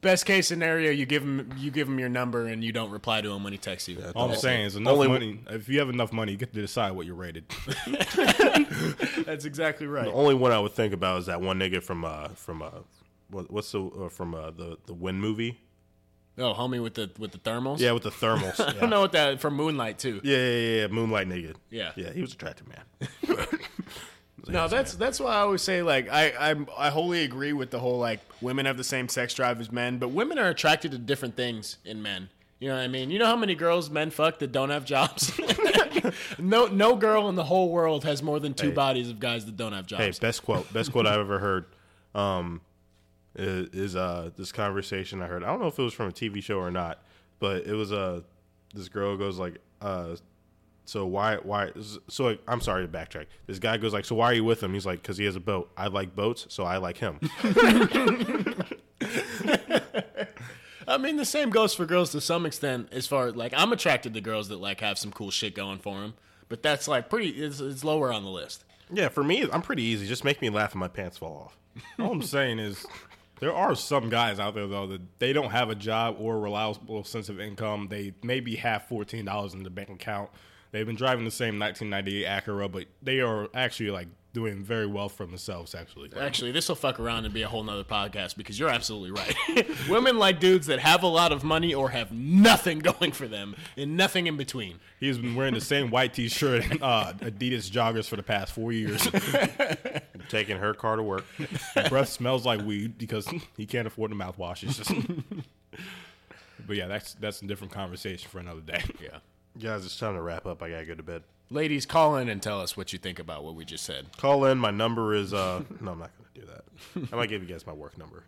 Speaker 1: Best case scenario, you give him you give him your number and you don't reply to him when he texts you.
Speaker 3: <laughs> All I'm saying is enough money. If you have enough money, you get to decide what you're rated.
Speaker 1: That's exactly right.
Speaker 2: <laughs> The only one I would think about is that one nigga from uh from uh what, what's the uh, from uh the the Win movie?
Speaker 1: Oh, homie with the with the thermals.
Speaker 2: <laughs> Yeah, with the thermals.
Speaker 1: I don't know what that from Moonlight too.
Speaker 2: Yeah, yeah, yeah, yeah. Moonlight nigga.
Speaker 1: Yeah.
Speaker 2: yeah, he was an attractive man. <laughs>
Speaker 1: No, that's that's why I always say like I I'm, I wholly agree with the whole like women have the same sex drive as men, but women are attracted to different things in men. You know what I mean? You know how many girls men fuck that don't have jobs? <laughs> no no girl in the whole world has more than two bodies of guys that don't have jobs.
Speaker 2: hey, best quote, best quote I've ever heard. Um, i- is, uh this conversation I heard. I don't know if it was from a TV show or not, but it was uh, this girl goes like uh. So why why so like, I'm sorry to backtrack. This guy goes like, so why are you with him? He's like, because he has a boat. I like boats, so I like him.
Speaker 1: I mean, the same goes for girls to some extent. As far like I'm attracted to girls that like have some cool shit going for them, but that's like pretty. It's, it's lower on the list.
Speaker 2: yeah, for me, I'm pretty easy. Just make me laugh and my pants fall off.
Speaker 3: All I'm saying is there are some guys out there though that they don't have a job or a reliable sense of income. They maybe have fourteen dollars in the bank account. They've been driving the same 1998 Acura, but they are actually like doing very well for themselves. Actually,
Speaker 1: Actually, this will fuck around and be a whole nother podcast because you're absolutely right. <laughs> Women like dudes that have a lot of money or have nothing going for them and nothing in between.
Speaker 3: he's been wearing the same white T-shirt and uh, Adidas joggers for the past four years. <laughs>
Speaker 2: Taking her car to work. <laughs>
Speaker 3: Breath smells like weed because he can't afford the mouthwash. It's just- <laughs> but yeah, that's that's a different conversation for another day.
Speaker 1: Yeah.
Speaker 2: Guys, it's time to wrap up. I gotta go to bed.
Speaker 1: Ladies, call in and tell us what you think about what we just said.
Speaker 2: Call in. My number is uh no, I'm not gonna do that. I might give you guys my work number.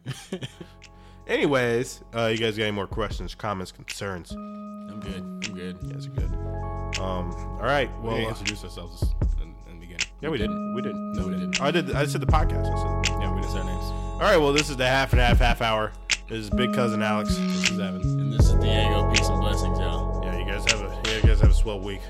Speaker 2: Anyways, uh, you guys got any more questions, comments, concerns? You
Speaker 1: I'm good. I'm good.
Speaker 2: guys are good. Um, all right.
Speaker 3: Well,
Speaker 2: Well, uh,
Speaker 3: introduce ourselves in, in the beginning.
Speaker 2: yeah, we didn't. We didn't.
Speaker 1: No, we didn't.
Speaker 2: I did. I said the podcast. I said. The,
Speaker 3: Yeah, we didn't say our names.
Speaker 2: all right. Well, this is the half and half half hour. This is big cousin Alex.
Speaker 3: This is Evan.
Speaker 1: And this is Diego. Peace and blessings, y'all.
Speaker 2: Yeah, you guys have a. Yeah, you guys have a swell week.